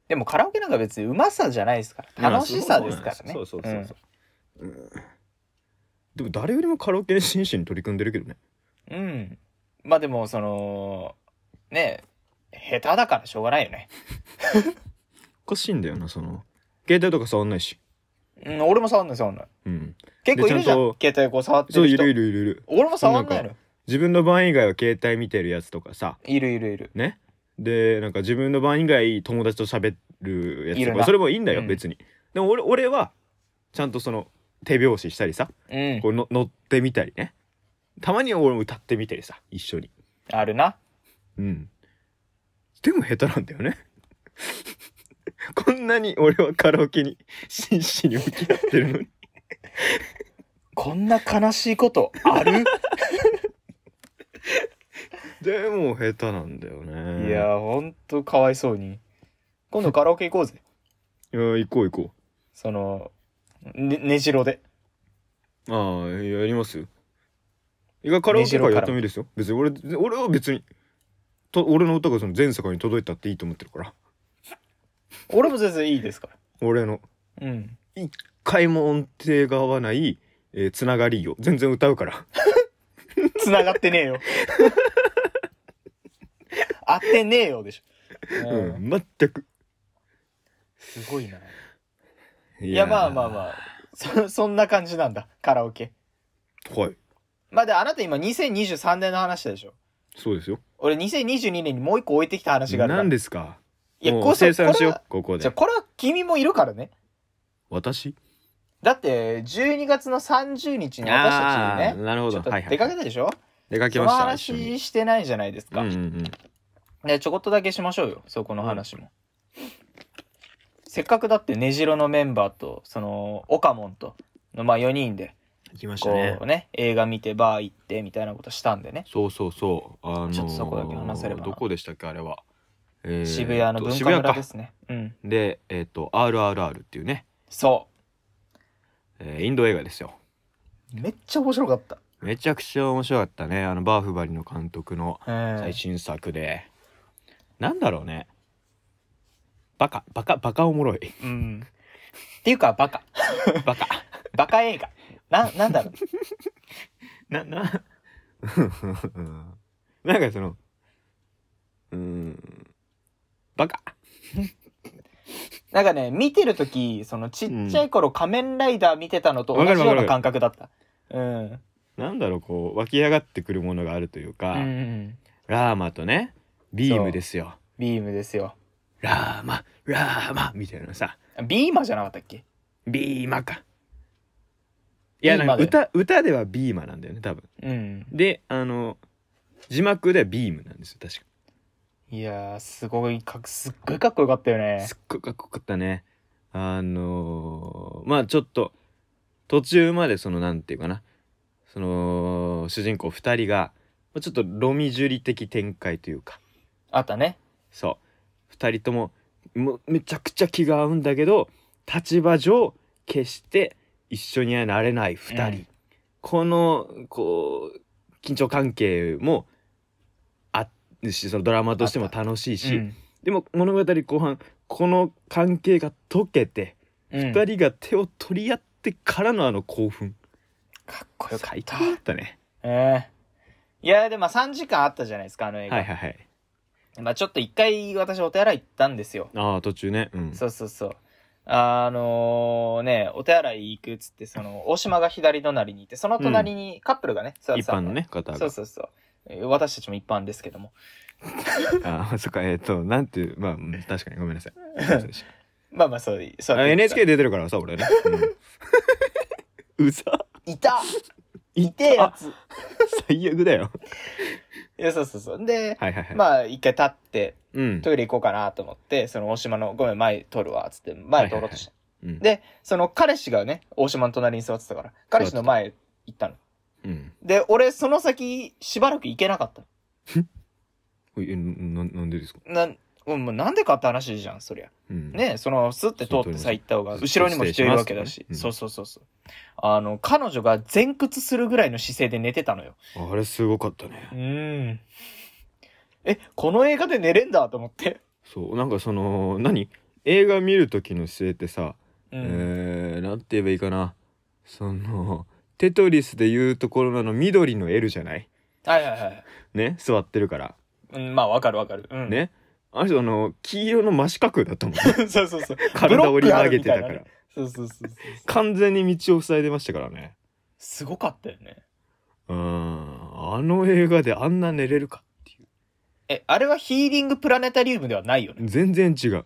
A: でもカラオケなんか別にうまさじゃないですから。楽しさですからね。
B: そうそうそうそう、うんでも誰よりもカラオケに真摯に取り組んでるけどね
A: うん。うん。まあでも、その、ね下手だからしょうがないよね。
B: おかしいんだよなその携帯とか触んないし
A: うん、俺も触んない触んない。
B: うん
A: 結構いるじゃん
B: でちゃんと。
A: 携帯こう触って
B: そう
A: る
B: い
A: 人。
B: るいるいるいる
A: 俺も触んないの。
B: 自分の番以外は携帯見てるやつとかさ
A: いるいるいる。
B: ねでなんか自分の番以外友達と喋るやつ
A: い
B: と
A: る
B: か
A: な
B: それもいいんだよ、
A: うん
B: 別にでも俺俺はちゃんとその手拍子したりさ
A: うん。
B: こうの乗ってみたりねたまには俺も歌ってみたりさ一緒に
A: あるな。
B: うんでも下手なんだよね こんなに俺はカラオケに真摯に向き合って るのに
A: こんな悲しいことある
B: でも下手なんだよね
A: いやー、ほんとかわいそうに。今度カラオケ行こうぜ。
B: いや行こう行こ
A: その、ね、ねじろで。
B: うああやります意外カラオケとかやってもいいですよ別に俺俺は別にと俺の歌がその全世界に届いたっていいと思ってるから
A: 俺も全然いいですか
B: 俺の
A: ら。うん。
B: 買いも音程が合わない、えーつながりよ全然歌うから
A: 繋がってねえ よ。合ってねえよでしょ。
B: う
A: うん。
B: ん全く
A: すごいな。
B: い
A: いや、まあまあ
B: あ
A: まあ。そ、そんな感じなんだ。カラオケ。
B: はい
A: まあで、あなた今2023年の話でしょ。
B: そうですよ
A: 俺2022年にもう一個置いてきた話があるから。
B: 何ですか
A: いや、
B: もう
A: こう
B: 生産
A: こ
B: し
A: れ
B: よ
A: は
B: うここ
A: じゃあ
B: で
A: これは君もいるからね。
B: 私
A: だって、12月の30日に私たち
B: あ
A: に
B: ー
A: ね、
B: なるほ
A: ちょ
B: ど
A: っと
B: はいは
A: 出
B: い
A: かけたでしょ、
B: 出かけ
A: そ
B: ま
A: の
B: した一緒に
A: 話してないじゃないです
B: う
A: か。
B: んうんうん
A: ね、ちょこっとだけしましょうよ、そこの話も。せっかくだって、ねじろのメンバーと、その、オカモンと、の、まあ4人で、
B: 行きました
A: こ
B: ね
A: うね、映画見て、バー行って、みたいなことしたんでね。
B: そうそうそう。あのー
A: ちょっとそこだけ話せればな
B: どこでしたっけあれは。えー
A: 渋谷の文化
B: 渋谷
A: 村
B: か
A: ですね。うん。
B: で、えっ、と RRR っていうね、
A: そ
B: えーインド映画ですよ。
A: う。めっちゃ面白かった。
B: めちゃくちゃ面白かったね。あのバーフバリの監督の
A: うん
B: 最。新作で、なんだろうね。バカバカバカおも ろい
A: うん。っていうか、バカ。
B: バカ。
A: バカ映画。な、なんだろう。
B: なな なんかそのうーんバカ。
A: なんかね、見てるとき、そのちっちゃい頃仮面ライダー見てたのと同
B: わかる
A: じ
B: わ
A: よ
B: か
A: う
B: る
A: な感覚だった。うん。
B: なんだろうこう湧き上がってくるものがあるというか、
A: うん。
B: ラーマとねビームですよ。
A: ビームですよ。
B: ラーマラーマみたいなさ
A: ビーマじゃなかったっけ
B: ビーマかいや
A: ビ
B: な
A: ー
B: ん
A: マ
B: か
A: だよ
B: 歌歌ではビーマなんだよね多分
A: うん。
B: であの字幕ではビームなんですよ確か
A: いやー、すごいかっ、すっごいかっこよかったよね
B: す。っごいかっこよかったねあのーまあちょっと途中までそのなんていうかなその主人公2人がまあちょっとロミジュリ的展開というか
A: あったね。
B: そう2人とももうめちゃくちゃ気が合うんだけど立場上決して一緒にはなれない2人、
A: うん
B: このこう緊張関係もあるしそのドラマとしても楽しいし、
A: うん
B: でも物語後半この関係が解けて
A: うん、
B: 2人が手を取り合ってからのあの興奮
A: かっこよかっ
B: 最
A: た
B: 高。だったね
A: ええいや、でもまあ3時間あったじゃないですか、あの映画。
B: はいはいはい
A: まあちょっと一回私お手洗い行ったんですよ。
B: ああ途中ねうん
A: そうそうそう。あのね、お手洗い行くっつって、その、大島が左隣にいて、その隣にカップルがね、座って
B: 一
A: た
B: 般
A: の
B: の。ね方
A: そ
B: が
A: うそうそう。えー私たちも一般ですけども。
B: ああ そっかえっ、となんていうまあうん確かにごめん なさいすいませんでした
A: まあまあそう、そう
B: あ
A: やって言ってた
B: NHK 出てるからさ俺ね、 うんうざ
A: いたいてえやつ
B: 最悪だよ
A: いや、そうそうそう。で、
B: はいはいはい、
A: まあ一回立って、
B: うん
A: トイレ行こうかなと思って、その大島の、ごめん、前通るわ、っつって、前通ろうとした。
B: うん
A: で、その彼氏がね、大島の隣に座ってたから、彼氏の前行ったの。
B: うん
A: で、俺、その先、しばらく行けなかった
B: おいえなななんでですか、
A: の。なん、うんもうなんでかって話じゃん、そりゃ。
B: うん、
A: ねその、スッて通ってさ、行った方が、後ろにも人いるわけだし。
B: うん
A: そうそうそうそう。あの、彼女が前屈するぐらいの姿勢で寝てたのよ。
B: あれすごかったね
A: うん。え、この映画で寝れんだと思って。
B: そうなんかその何映画見る時の姿勢ってさ、
A: うん。
B: えー、なんて言えばいいかなそのテトリスでいうところのあの緑の L じゃない
A: はいはいはい。
B: ね座ってるから、
A: うん、まあ、わかるわかる。うん。
B: ねあの人あの黄色の真四角だったもん
A: そうそうそう。
B: 体折り曲げてた
A: ブロックあるみい
B: から
A: なね。そうそうそうそう。
B: 完全に道を塞いでましたからね
A: すごかったよね。
B: うんあの映画であんな寝れるかってい
A: え、あれはヒーリングプラネタリウムではないよね。
B: う全然違 う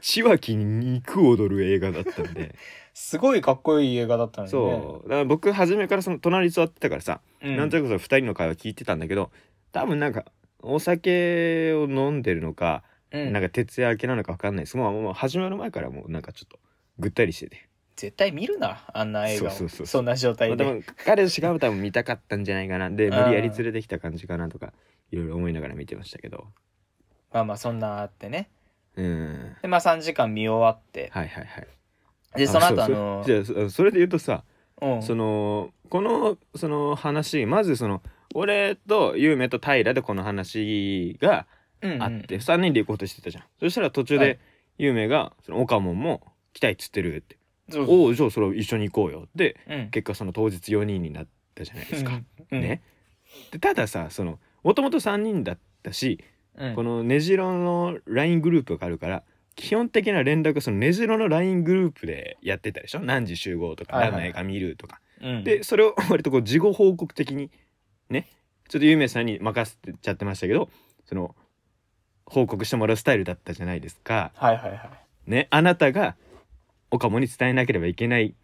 B: 血は気に肉踊る映画だった んで
A: すごいかっこいい映画だったのにね。
B: そうだから僕初めからその隣に座ってたからさ、
A: う
B: なんとなくその2人の会話聞いてたんだけど多分なんかお酒を飲んでるのか、
A: うん、
B: なんか徹夜明けなのか分かんないですもうもう始まる前からもうなんかちょっとぐったりしてて、
A: 絶対見るな、あんな映画を。
B: そうそうそう
A: そんな状態
B: まあ、で
A: で。
B: も彼氏が多分見たかったんじゃないかなで無理やり連れてきた感じかなとかいろいろ思いながら見てましたけど
A: まあまあ、そんなあってね。
B: うん
A: で、まあ3時間見終わって。
B: はいはいはい
A: で、その後あ
B: そう
A: の
B: そ、れじゃあそそれで言うとさ、
A: うん。
B: そのこのその話まずその俺とゆうめと平でこの話が
A: うんうん
B: あって、3人で行こうとしてたじゃんそしたら途中
A: は
B: で
A: い
B: ゆめが「そのオカモンも来たいっつってる」って「
A: そう
B: おおじゃあそれ一緒に行こうよ」って
A: うん。
B: 結果その当日4人になったじゃないですか。
A: うん。
B: ね、でたださそのもともと3人だったし、
A: うん。
B: このねじろの LINE グループがあるから基本的な連絡はそのねじろの LINE グループでやってたでしょ何時集合とか
A: はいはい
B: 何の映画見るとか。
A: うん、
B: でそれを割とこう事後報告的にねちょっとゆめさんに任せてちゃってましたけどその報告してもらうスタイルだったじゃないですか。
A: はいはいはい。
B: ねあなたがオカモに伝えなければいけない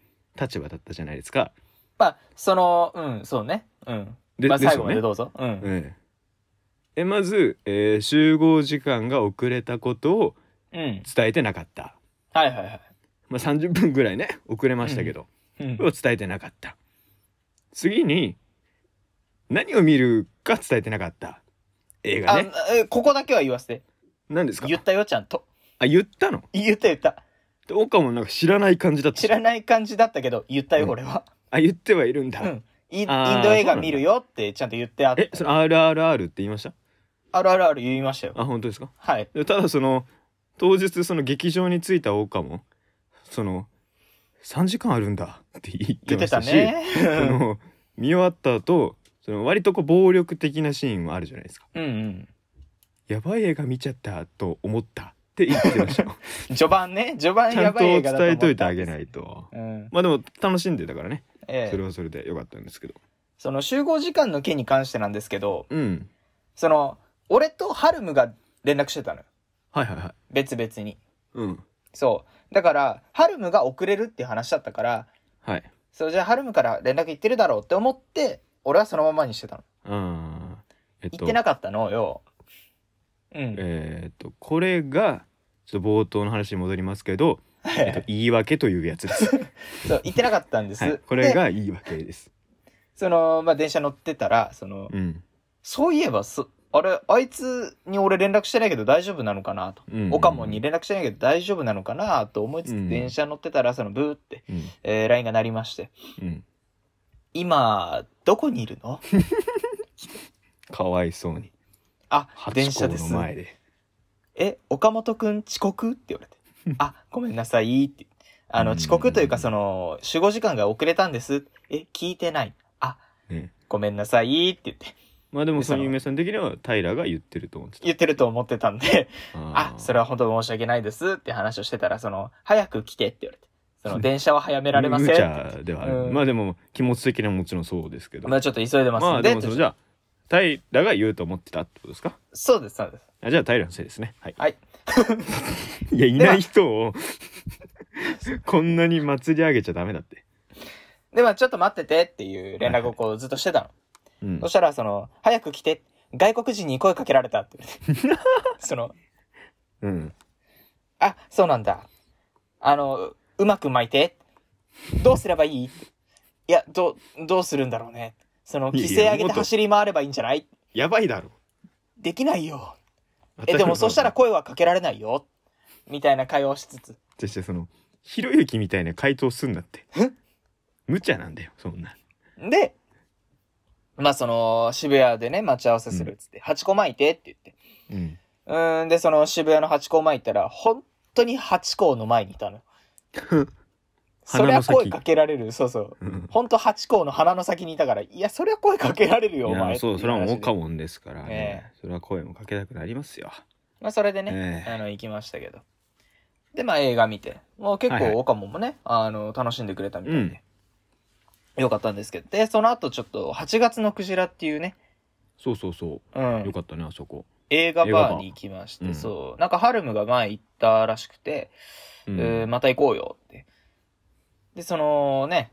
B: 立場だったじゃないですか。
A: まあ、その、うん、そうね。うん。
B: で
A: まあ、
B: です
A: 最
B: よ
A: 後ま
B: ね
A: でどうぞ。うん。
B: うんえまず、えー集合時間が遅れたことを
A: うん。
B: 伝えてなかった、
A: はいはいはい。
B: まあ、30分ぐらいね遅れましたけど、
A: うん
B: を伝えてなかった次に何を見るか伝えてなかった映画
A: あ
B: ね
A: えここだけは言わせて。
B: 何ですか
A: 言ったよ、ちゃんと。
B: あ言ったの
A: 言った言った。
B: で岡もなんか知らない感じだった
A: 知ら
B: い
A: ない感じだったけど、言ったよ、
B: うん
A: 俺は。
B: あ言ってはいるんだ、
A: うん。イイン
B: あー
A: ド映画見るよってちゃんと言ってあって
B: え。その RRR って言いました
A: あるあるある言いましたよ。
B: あ本当ですか
A: はい。
B: でただその当日その劇場に着いた岡もその3時間あるんだって言って
A: 言って
B: ましたたし
A: ね。
B: その見終わった後その割とこう暴力的なシーンもあるじゃないですか
A: うんうん。
B: やばい映画見ちゃったと思ったって言って ましたよ
A: 序盤ね。序盤
B: ちゃ
A: や
B: んと
A: ばい
B: 伝
A: 映画だと思
B: え
A: った
B: と
A: んで
B: い
A: す
B: てあげないと
A: うん。
B: まあでも楽しんでたからね
A: え
B: それ
A: え。
B: はそれでよかったんですけど
A: その集合時間の件に関してなんですけど、
B: うん
A: その、俺とハルムが連絡してたのよ。
B: はいはいはい
A: 別々に。
B: うん
A: そう。だから、ハルムが遅れるっていう話だったから、
B: はい
A: そう、じゃあハルムから連絡行ってるだろうって思って、俺はそのままにしてたの。
B: うんえっ
A: 行ってなかったのよ。うん。
B: えーっとこれがちょっと冒頭の話に戻りますけど、えっと、言い訳というや つです、
A: そう、行ってなかったんです。
B: はい、これ
A: で、
B: が言い訳です
A: その、まあ、電車乗ってたら、その、
B: うん、
A: そういえば、そあれ、あいつに俺連絡してないけど大丈夫なのかなと。
B: うん、
A: オカモンに連絡してないけど大丈夫なのかなと思いつ
B: う
A: つ
B: ん
A: 電車乗ってたら、そのブーって、
B: うん
A: えー、LINE が鳴りまして、
B: うん
A: 今、どこにいるの
B: かわいそうに
A: あ、電
B: 八
A: 車
B: 校
A: です
B: の。前で
A: え、岡本くん遅刻って言われて。あ、ごめんなさいって。あの、
B: うん
A: 遅刻というか、その、集合時間が遅れたんです。え、聞いてない。あ、
B: ね
A: ごめんなさいって言って、
B: まあでも
A: で
B: そ
A: その
B: の夢さん的には平が言ってると思ってた
A: 言ってると思ってたんで、あ
B: あ、
A: それは本当申し訳ないですって話をしてたら、その、早く来てって言われて、そ の、電車は早め
B: め
A: られませんっ
B: 無
A: て
B: 茶ではある、
A: うん
B: まあでも気持ち的にはもちろんそうですけど
A: まあちょっと急いでます
B: ま
A: ん
B: あ
A: で、
B: でもそのじゃあ平が言うと思ってたってことですか
A: そうです、そうです。
B: あじゃあ平のせいですねはい、
A: はい、
B: いやいない人をこんなに祭り上げちゃダメだって、
A: で、まあちょっと待っててっていう連絡をこうずっとしてたの。
B: うん
A: そしたら、その、早く来て、外国人に声かけられたって言われ て。その、
B: うん、
A: あ、そうなんだ。あの、うまく巻いて。どうすればいいいや、どう、どうするんだろうね。その、
B: いやい
A: 規
B: や
A: 制上げ
B: も
A: て
B: っと
A: 走り回ればいいんじゃない
B: やばいだろ
A: できないよ。え、でもそしたら声はかけられないよ。みたいな会話をしつつ。
B: そしてそのひろゆきみたいな回答すんなって無茶なんだよそんな
A: で、まあその、渋谷でね、待ち合わせするっつって、ハチ公前いてって言って。 う
B: うん
A: ーん、で、その渋谷のハチ公前行ったら、本当にハチ公の前にい たの。そり
B: 鼻
A: ゃ
B: の先
A: 声かけられる。そうそう。本当ハチ公の鼻の先にいたから、いや、そりゃ声かけられるよ、お
B: い
A: 前。
B: やそうそれはもうカ
A: も。
B: モンですからね、それは声もかけたくなりますよ、
A: まあ、それでね、
B: ええ
A: あの、行きましたけど。で、まあ、映画見て。もう結
B: はいはい
A: 構、オカモンもね、あの、楽しんでくれたみたいで。よかったんですけど。で、その後ちょっと、8月のクジラっていうね、
B: そうそうそううよ
A: ん、
B: かったねあそこ、
A: 映画バーに行きまして、
B: 映画バーうん
A: そう。なんか、ハルムが前行ったらしくて、
B: うん
A: えーまた行こうよって。で、そのね、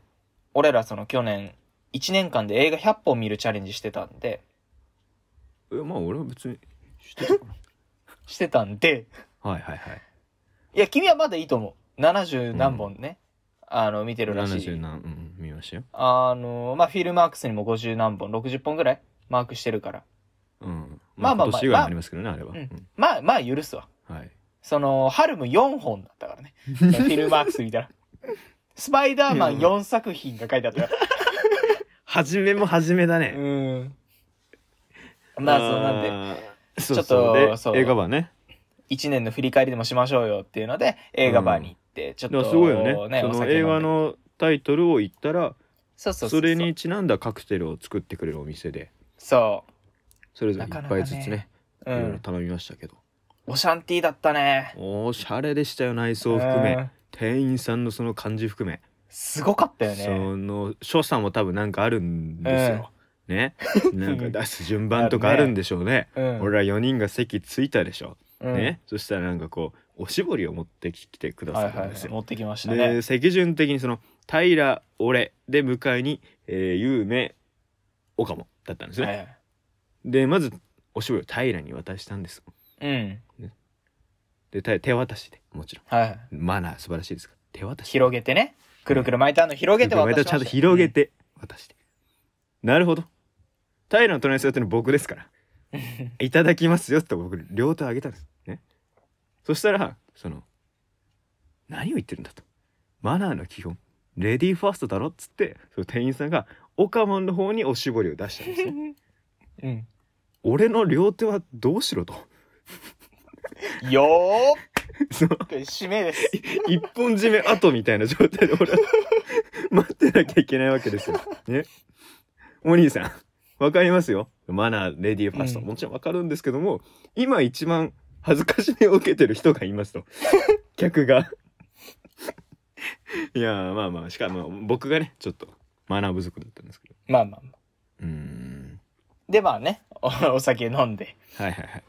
A: 俺らその去年、1年間で映画100本見るチャレンジしてたんで、
B: えまあ俺は別にしてたか
A: してたんで、
B: なはいはいはい
A: いや、君はまだいいと思う。70何本ね、あの、見てるらし
B: 70
A: い。
B: 何、うん、見ましたよ
A: あの、まあ、フィルマークスにも50何本、60本ぐらいマークしてるから。
B: うん
A: まあまあまあ
B: 今年以外もありますけどねあれは、
A: うん
B: うん
A: まあ、まあ許すわ。
B: はい
A: その、ハルム4本だったから ね。フィルマークス見たら。スパイダーマン4作品が書いてあったから。
B: 初めも初めだね、
A: うん。まあ、そうなんで。
B: でそう
A: ちょっと
B: そうで
A: そう
B: 映画はね
A: 一年の振り返りでもしましょうよっていうので映画バーに行って、ちょっ
B: だから
A: と
B: すごいよねそ
A: お
B: の
A: 酒飲んで
B: 映画のタイトルを言ったら
A: そうそうう
B: それにちなんだカクテルを作ってくれるお店で
A: そ
B: それぞれ
A: なか
B: 一
A: なかね
B: 杯ずつね
A: う、う
B: いろいろ
A: ん、
B: 頼みましたけど、
A: オシャンティーだったね
B: おしゃれでしたよ内装含
A: う
B: め
A: ん
B: 店員さんのその感じ含め
A: すごかったよね
B: その所作も多分なんかあるんですよ、ね なんか出す順番とかあるんでしょうね
A: うん
B: 俺ら4人が席着いたでしょ、
A: うん
B: ねそしたらなんかこうおしぼりを持ってきてくだ
A: はいはい
B: さった
A: は
B: ん
A: い
B: ですよ、
A: 持ってきましたね
B: で席順的にその「平俺」で迎えに「えー、有名岡も」だったんですね、
A: はい
B: でまずおしぼりを平に渡したんです
A: うん
B: でた手渡しでもちろ
A: はい
B: んマナー素晴らしいですから手渡し
A: 広げてねくるくる巻いたの広げて渡しました
B: ちゃんと広げて渡して、なるほど平の隣に座ってるの僕です から
A: うん
B: いただきますよって僕両手を挙げたんですねそしたらその何を言ってるんだとマナーの基本レディーファーストだろっつってその店員さんがオカマンの方におしぼりを出したんですよ
A: うん
B: 俺の両手はどうしろと
A: よ
B: その
A: ーく締めです
B: 一本締め後みたいな状態で俺は待ってなきゃいけないわけですよ。ね。お兄さん、わかりますよ。マナー、レディーファースト、
A: うん
B: もちろんわかるんですけども、今一番恥ずかしみを受けてる人がいますと。客が。いやー、まあまあ、しかも僕がね、ちょっとマナー不足だったんですけど。
A: まあまあまあ
B: うーん。
A: でまあねお お酒飲んで
B: はいはいはい。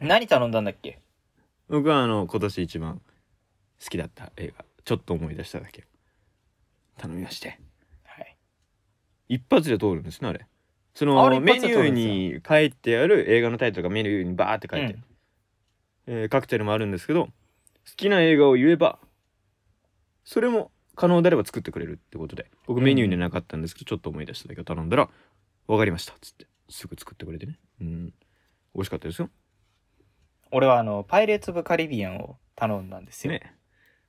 A: 何頼んだんだっけ
B: 僕はあの、今年一番好きだった映画、ちょっと思い出しただけ。頼みまして。
A: はい
B: 一発で通るんですねあれそ
A: あれ
B: の
A: 一
B: メ
A: 発で
B: ニ
A: 通
B: ュー
A: るんですよ
B: に書いてある映画のタイトルがメニューにバーって書いてある、えーカクテルもあるんですけど好きな映画を言えばそれも可能であれば作ってくれるってことで僕メニューになかったんですけど、ちょっと思い出しただけど頼んだら「分かりました」っつってすぐ作ってくれてねうん美味しかったですよ
A: 俺はあのパイレーツ・オブ・カリビアンを頼んだんですよ、
B: ね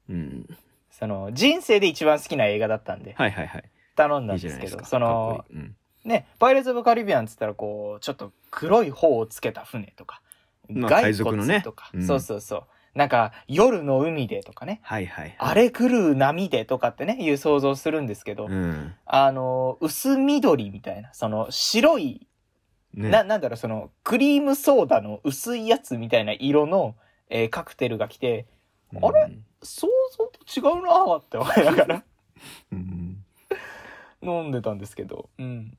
B: うん
A: その人生で一番好きな映画だったんで
B: はいはいはい
A: 頼んだ
B: いい
A: ん
B: じ
A: で
B: ゃな
A: すけ
B: いです
A: ど
B: か
A: そ
B: か
A: の
B: っこいいうん
A: ね「パイレーツ・オブ・カリビアン」っつったらこうちょっと黒い方をつけた船とか、
B: まあ
A: 骸
B: 海賊のね
A: とか、
B: うん
A: そうそうそうなんか、夜の海でとかね、
B: はいはいはい
A: 荒れ狂う波でとかってね、いう想像するんですけど、
B: うん
A: あの、薄緑みたいな、その白い、
B: ね
A: な、なんだろう、その、クリームソーダの薄いやつみたいな色の、えーカクテルが来て、あれ
B: うん
A: 想像と違うなーって思いながら
B: うん
A: 飲んでたんですけど、うん。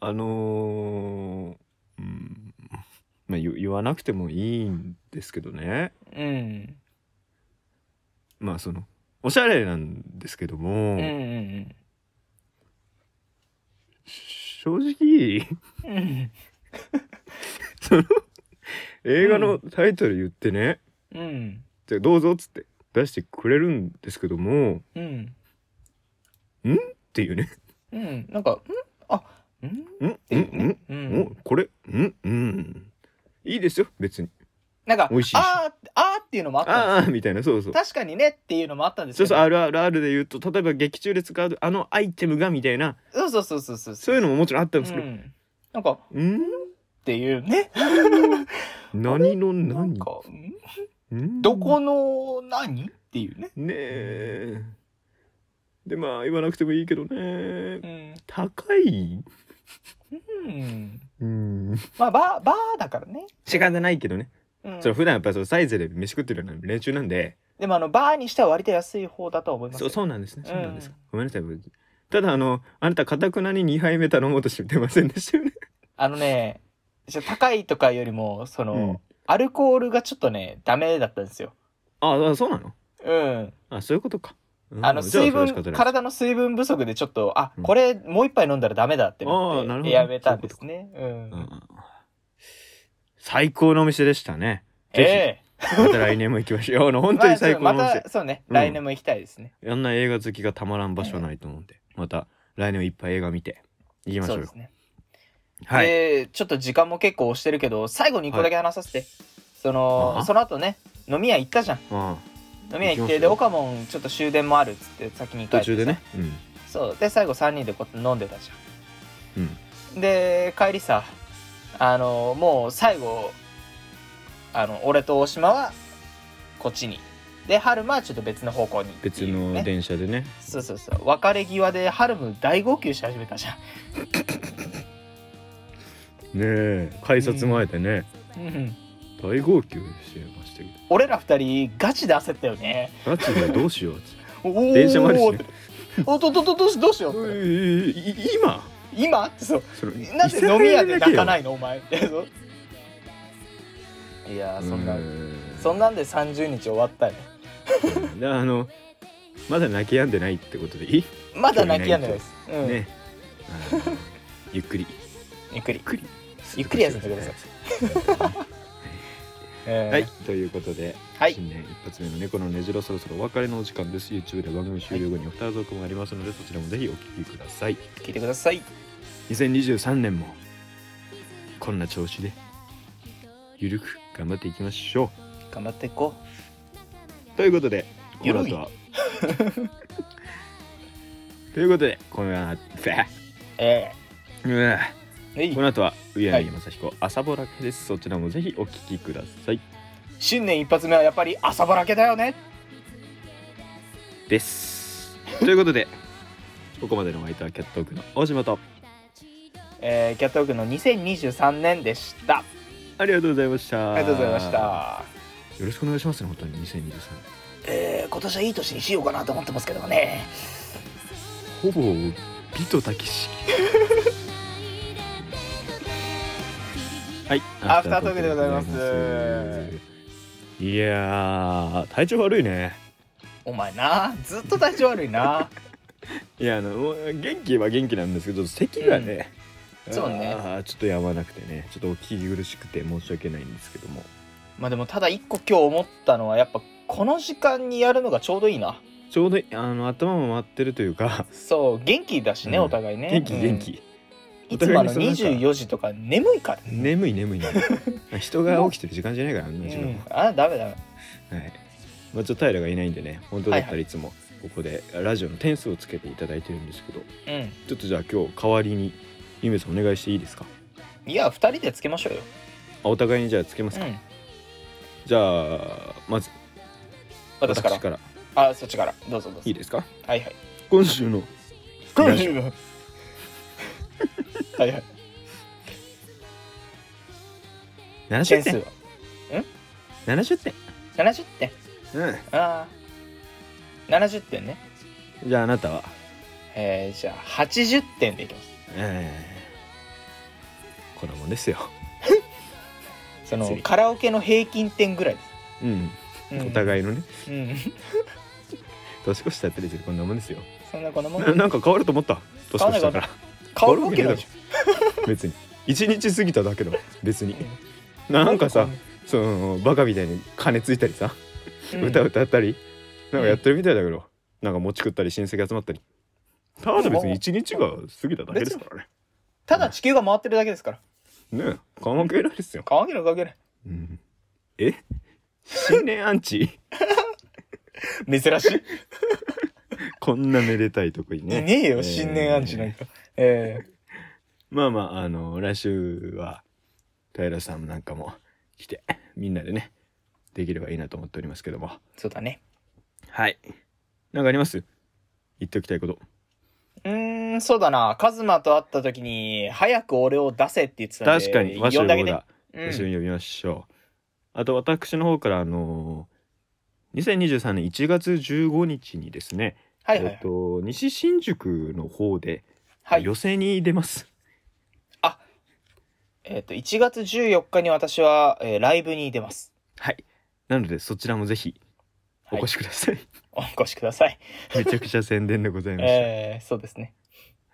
B: あのーうんまあ言言わなくてもいいんですけどね
A: うん。
B: まあそのおしゃれなんですけども、
A: うんうん
B: 正直
A: うん。うん。
B: その映画のタイトル言ってね、
A: うん。
B: じゃあどうぞっつって出してくれるんですけどもっ
A: うん。
B: ていうね
A: うん。なんか、んあ、んっ
B: 「ん
A: て
B: ん
A: いうねう
B: ん、お
A: ん。
B: これんうんいいですよ別に
A: なんか、
B: 美味しいし
A: あー、あーっていうのもあったん
B: あーあーみたいなそうそう
A: です。確かにねっていうのもあったんです
B: そ
A: け
B: う
A: ど
B: そう。RRR で言うと例えば劇中で使うあのアイテムがみたいな
A: そうそうそうそうそう。
B: そういうのももちろんあったんですけ
A: う
B: ど
A: ん。なんか、っ
B: うん
A: ていうね。
B: 何の
A: な
B: 何
A: んか、ん
B: うん
A: どこの何っていうね。
B: ねえでまあ言わなくてもいいけどね
A: うん。
B: 高い
A: うん。
B: うん
A: まあ、バー、バーだからね。
B: 仕方ないけどね
A: うん
B: そ。れ普段やっぱそのサイズで飯食ってるような連中なんで
A: でも、あの、バーにしては割と安い方だとは思います
B: そ
A: よ。
B: うそうなんですね
A: うん
B: そうなんですかごめんなさいただあのあなたかたくなに2杯目頼もうとしてませんでしたよね
A: あのね、じゃ高いとかよりも、その、
B: うん
A: アルコールがちょっとね、ダメだったんですよ。
B: ああそうなの
A: うん。
B: あそういうことかうん
A: あの、
B: じゃあ
A: 水
B: それは
A: 分
B: 仕方ない、
A: 体の水分不足でちょっと、あ
B: う、ん
A: これもう一杯飲んだらダメだって
B: あ
A: な
B: ーなる
A: っ
B: ほ
A: て、
B: ど
A: やめたんですね。うん。
B: うん最高のお店でしたね。ぜ
A: ええ
B: ひ、また来年も行きましょう。あの、本当に最高のお
A: まあそう
B: 店
A: ま。た、そうね、
B: うん
A: 来年も行きたいですね。
B: あんな映画好きがたまらん場所はないと思うんで、また来年もいっぱい映画見て、行きまし
A: そ
B: ょ
A: う
B: う
A: で
B: よ
A: す。ね。
B: はい。
A: で、ちょっと時間も結構押してるけど、最後に一個だけ話させて。そ
B: あ
A: の、
B: あ
A: その後ね、飲み屋行ったじゃん。
B: うん
A: 飲み屋行っ、
B: 行きましてた
A: で、
B: よ
A: オカモンちょっと終電もあるっつって先に帰って。
B: 途中でね。。うん。
A: そう。で、最後3人でこうやって飲んでたじゃん。
B: うん。
A: で帰りさあのもう最後あの俺と大島はこっちにで春馬はちょっと別の方向にって
B: 別
A: いうね
B: の電車でね。
A: そうそうそう別れ際で春馬大号泣し始めたじゃん
B: ねえ、改札前でね、
A: うん
B: 大号泣してましたけど。
A: 俺ら二人ガチで焦ったよね
B: ガチでどうしようって。
A: おー
B: 電車もあるしね
A: おっとっとっとどうしどうしよ
B: お
A: うって
B: いいい今
A: 今ってそう
B: その
A: なんで飲み屋で泣かないいのお前ってそういやーそんなそ
B: そ
A: んなんで30日終わったね
B: んな。あの、まだ泣き止んでないってことでいい
A: まだ泣きやんでないです、うん
B: ね、あのゆっくり
A: ゆっくり
B: ゆっくり
A: ゆっくり休んでくださいえー
B: はい、ということで、
A: はい
B: 新年一発目の猫のねじろそろそろお別れのお時間です YouTube で番組終了後にアフタートークもありますのでそちらもぜひお聞きください
A: 聞いてください
B: 2023年もこんな調子でゆるく頑張っていきましょ
A: 頑張っていこ
B: うということで
A: ゆ
B: この
A: るい
B: 後は ということでこの後は
A: うえ
B: うわ
A: えはい
B: この後は上柳正彦朝ぼらけですそちらもぜひお聞きください
A: 新年一発目はやっぱり朝ぼらけだよね
B: ですということでここまでのお相手はキャットオークの大島と
A: えー、キャットウォークの2023年でした
B: ありがとうございました
A: ありがとうございました
B: よろしくお願いしますね本当に2023年
A: えー、今年はいい年にしようかなと思ってますけどもね
B: ほぼビトたけし はい
A: アフタートークでございます
B: アフタートークでございますいやー体調悪いね
A: お前なずっと体調悪いな
B: いやあのもう元気は元気なんですけど咳がね、
A: うんそうね
B: あーちょっとやまなくてねちょっとお聞き苦しくて申し訳ないんですけども
A: まあでもただ一個今日思ったのはやっぱこの時間にやるのがちょうどいいな
B: ちょうどいいあの頭も回ってるというか
A: そう元気だしね、
B: うん
A: お互いね
B: 元気
A: うん
B: 元気、
A: いつもあの
B: お互いにそのなんか
A: 24時とか眠いからね
B: 眠い眠 い眠い人が起きてる時間じゃないからあん
A: う
B: な時間
A: ん、あダメダメ
B: はいまあちょっと平がいないんでね本当だったらいつもここでラジオの点数をつけていただいてるんですけど
A: うん
B: ちょっとじゃあ今日代わりにゆめさんお願いしていいですか
A: いや二人でつけましょうよ
B: あお互いにじゃあつけます
A: う
B: か、
A: ん
B: じゃあまず
A: 私から。
B: から
A: あ、そっちから。どうぞどうぞ。
B: いいですか
A: はいはい。
B: 今週の今週
A: の。 はいはい。
B: 70
A: 点数
B: 点
A: は。
B: 70点
A: 70点。
B: う
A: ああ。70点ね。
B: んじゃああなたは
A: えー、じゃあ80点でいきます。
B: えー、こんなもんですよ
A: その
B: 次
A: カラオケの平均点ぐらいです。
B: うん
A: うん
B: お互いのね
A: うん。
B: 年越しだったりするこんなもんですよ
A: そんなこのもん。
B: ななんか変わると思った年越し
A: 変わ
B: だ
A: ん
B: か
A: な
B: ら
A: 顔わけないでし
B: 別に一日過ぎただけだ別に
A: ょ。
B: なんかさ
A: う
B: そのバカみたいに金ついたりさ、
A: うん
B: 歌歌ったりなんかやってるみたいだけど、なんか餅食ったり親戚集まったりただ別に一日が過ぎただけですからね
A: ただ地球が回ってるだけですから。
B: ねえ関係ないですよ、
A: 関係ない関係ない。
B: うん、え新年アンチ
A: 珍しい。
B: こんなめでたいとこに
A: い
B: ね
A: ねえよ、新年アンチなんか。ええ
B: まあまああの来週は平さんなんかも来てみんなでねできればいいなと思っておりますけども
A: そうだね。
B: はいなんかあります言っておきたいこと
A: うーん、そうだな。カズマと会った時に、早く俺を出せって言ってたんで。
B: 確かに和
A: 呼
B: 紙
A: んであげ
B: の方
A: て
B: だ。
A: うん
B: 一緒に呼びましょう。あと私の方からあのー、2023年1月15日にですね、
A: はいは
B: えっ
A: い。
B: と西新宿の方で
A: はい。
B: 寄席に出ます。
A: えっ、と、1月14日に私は、えーライブに出ます。
B: はい。なのでそちらもぜひお越しください。
A: お越しください。
B: めちゃくちゃ宣伝でございました。
A: えー、そうですね。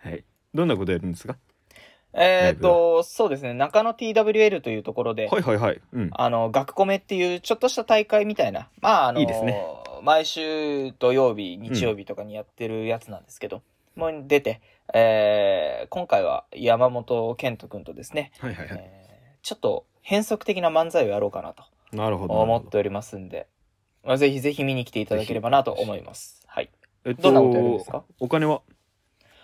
B: はい。どんなことやるんですか。
A: えっ、
B: ライ
A: と、そうですね。中野 TWL というところで、
B: はいはいはい。うん。
A: あの、学コメっていうちょっとした大会みたいな、まあ、あの、
B: いいですね
A: 毎週土曜日、日曜日とかにやってるやつなんですけど、もう出て、えー今回は山本健人君とですね、
B: はいはいはい。
A: えーちょっと変則的な漫才をやろうかなと
B: なるほど。
A: 思っておりますんで、まあ、ぜひぜひ見に来ていただければなと思います。はい。
B: えっ
A: どんなことやるんですか
B: お金は。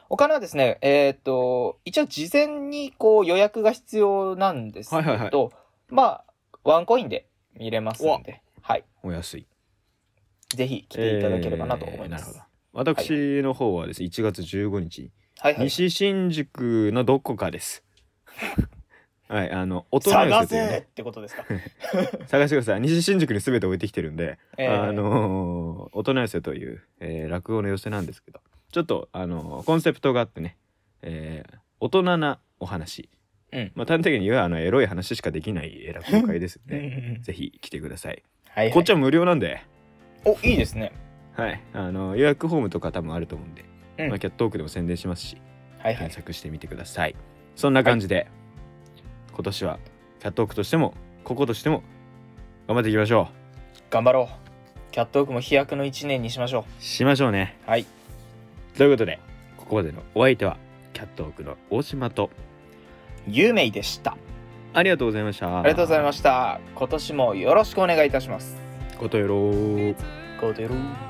A: お金はですね、えーっと、一応事前にこう予約が必要なんですけど、
B: はいはい
A: まあ、ワンコインで見れますんで、はい。
B: お安い。
A: ぜひ来ていただければなと思いま
B: えー
A: す。
B: なるほど。私の方はですね、1月15日に
A: はいはい。
B: 西新宿のどこか です。はい、あの、大人
A: 探
B: 寄とい
A: せ
B: うね、
A: ってこと ですか。
B: 探してください。西新宿に全て置いてきてるんで、
A: えー
B: あのー、大人寄せという、えー落語の寄せなんですけど、ちょっと、あのーコンセプトがあってね、えー大人なお話。
A: うん
B: まあ、端的に言えば、あの、エロい話しかできないえー落語会です
A: うんうん
B: ね。
A: うん
B: ぜひ来てください。
A: はいはい
B: こっちは無料なんで、
A: お、いいですね。
B: はい、あの予約フォームとか多分あると思うんで、
A: うん
B: まあ、キャットオークでも宣伝しますし、
A: はいはい。
B: 検索してみてください。そんな感じで、今年はキャットオークとしても、こことしても、頑張っていきましょ
A: 頑張ろう。キャットオークも飛躍の一年にしましょ
B: う。しましょうね。
A: う。はい。
B: ということで、ここまでのお相手は、キャットオークの大島と、
A: ゆうめいでした。
B: ありがとうございました。
A: ありがとうござい
B: ま
A: ました。今年もよろしくお願いいたします。
B: す。ことよろー。
A: ゴーデルー。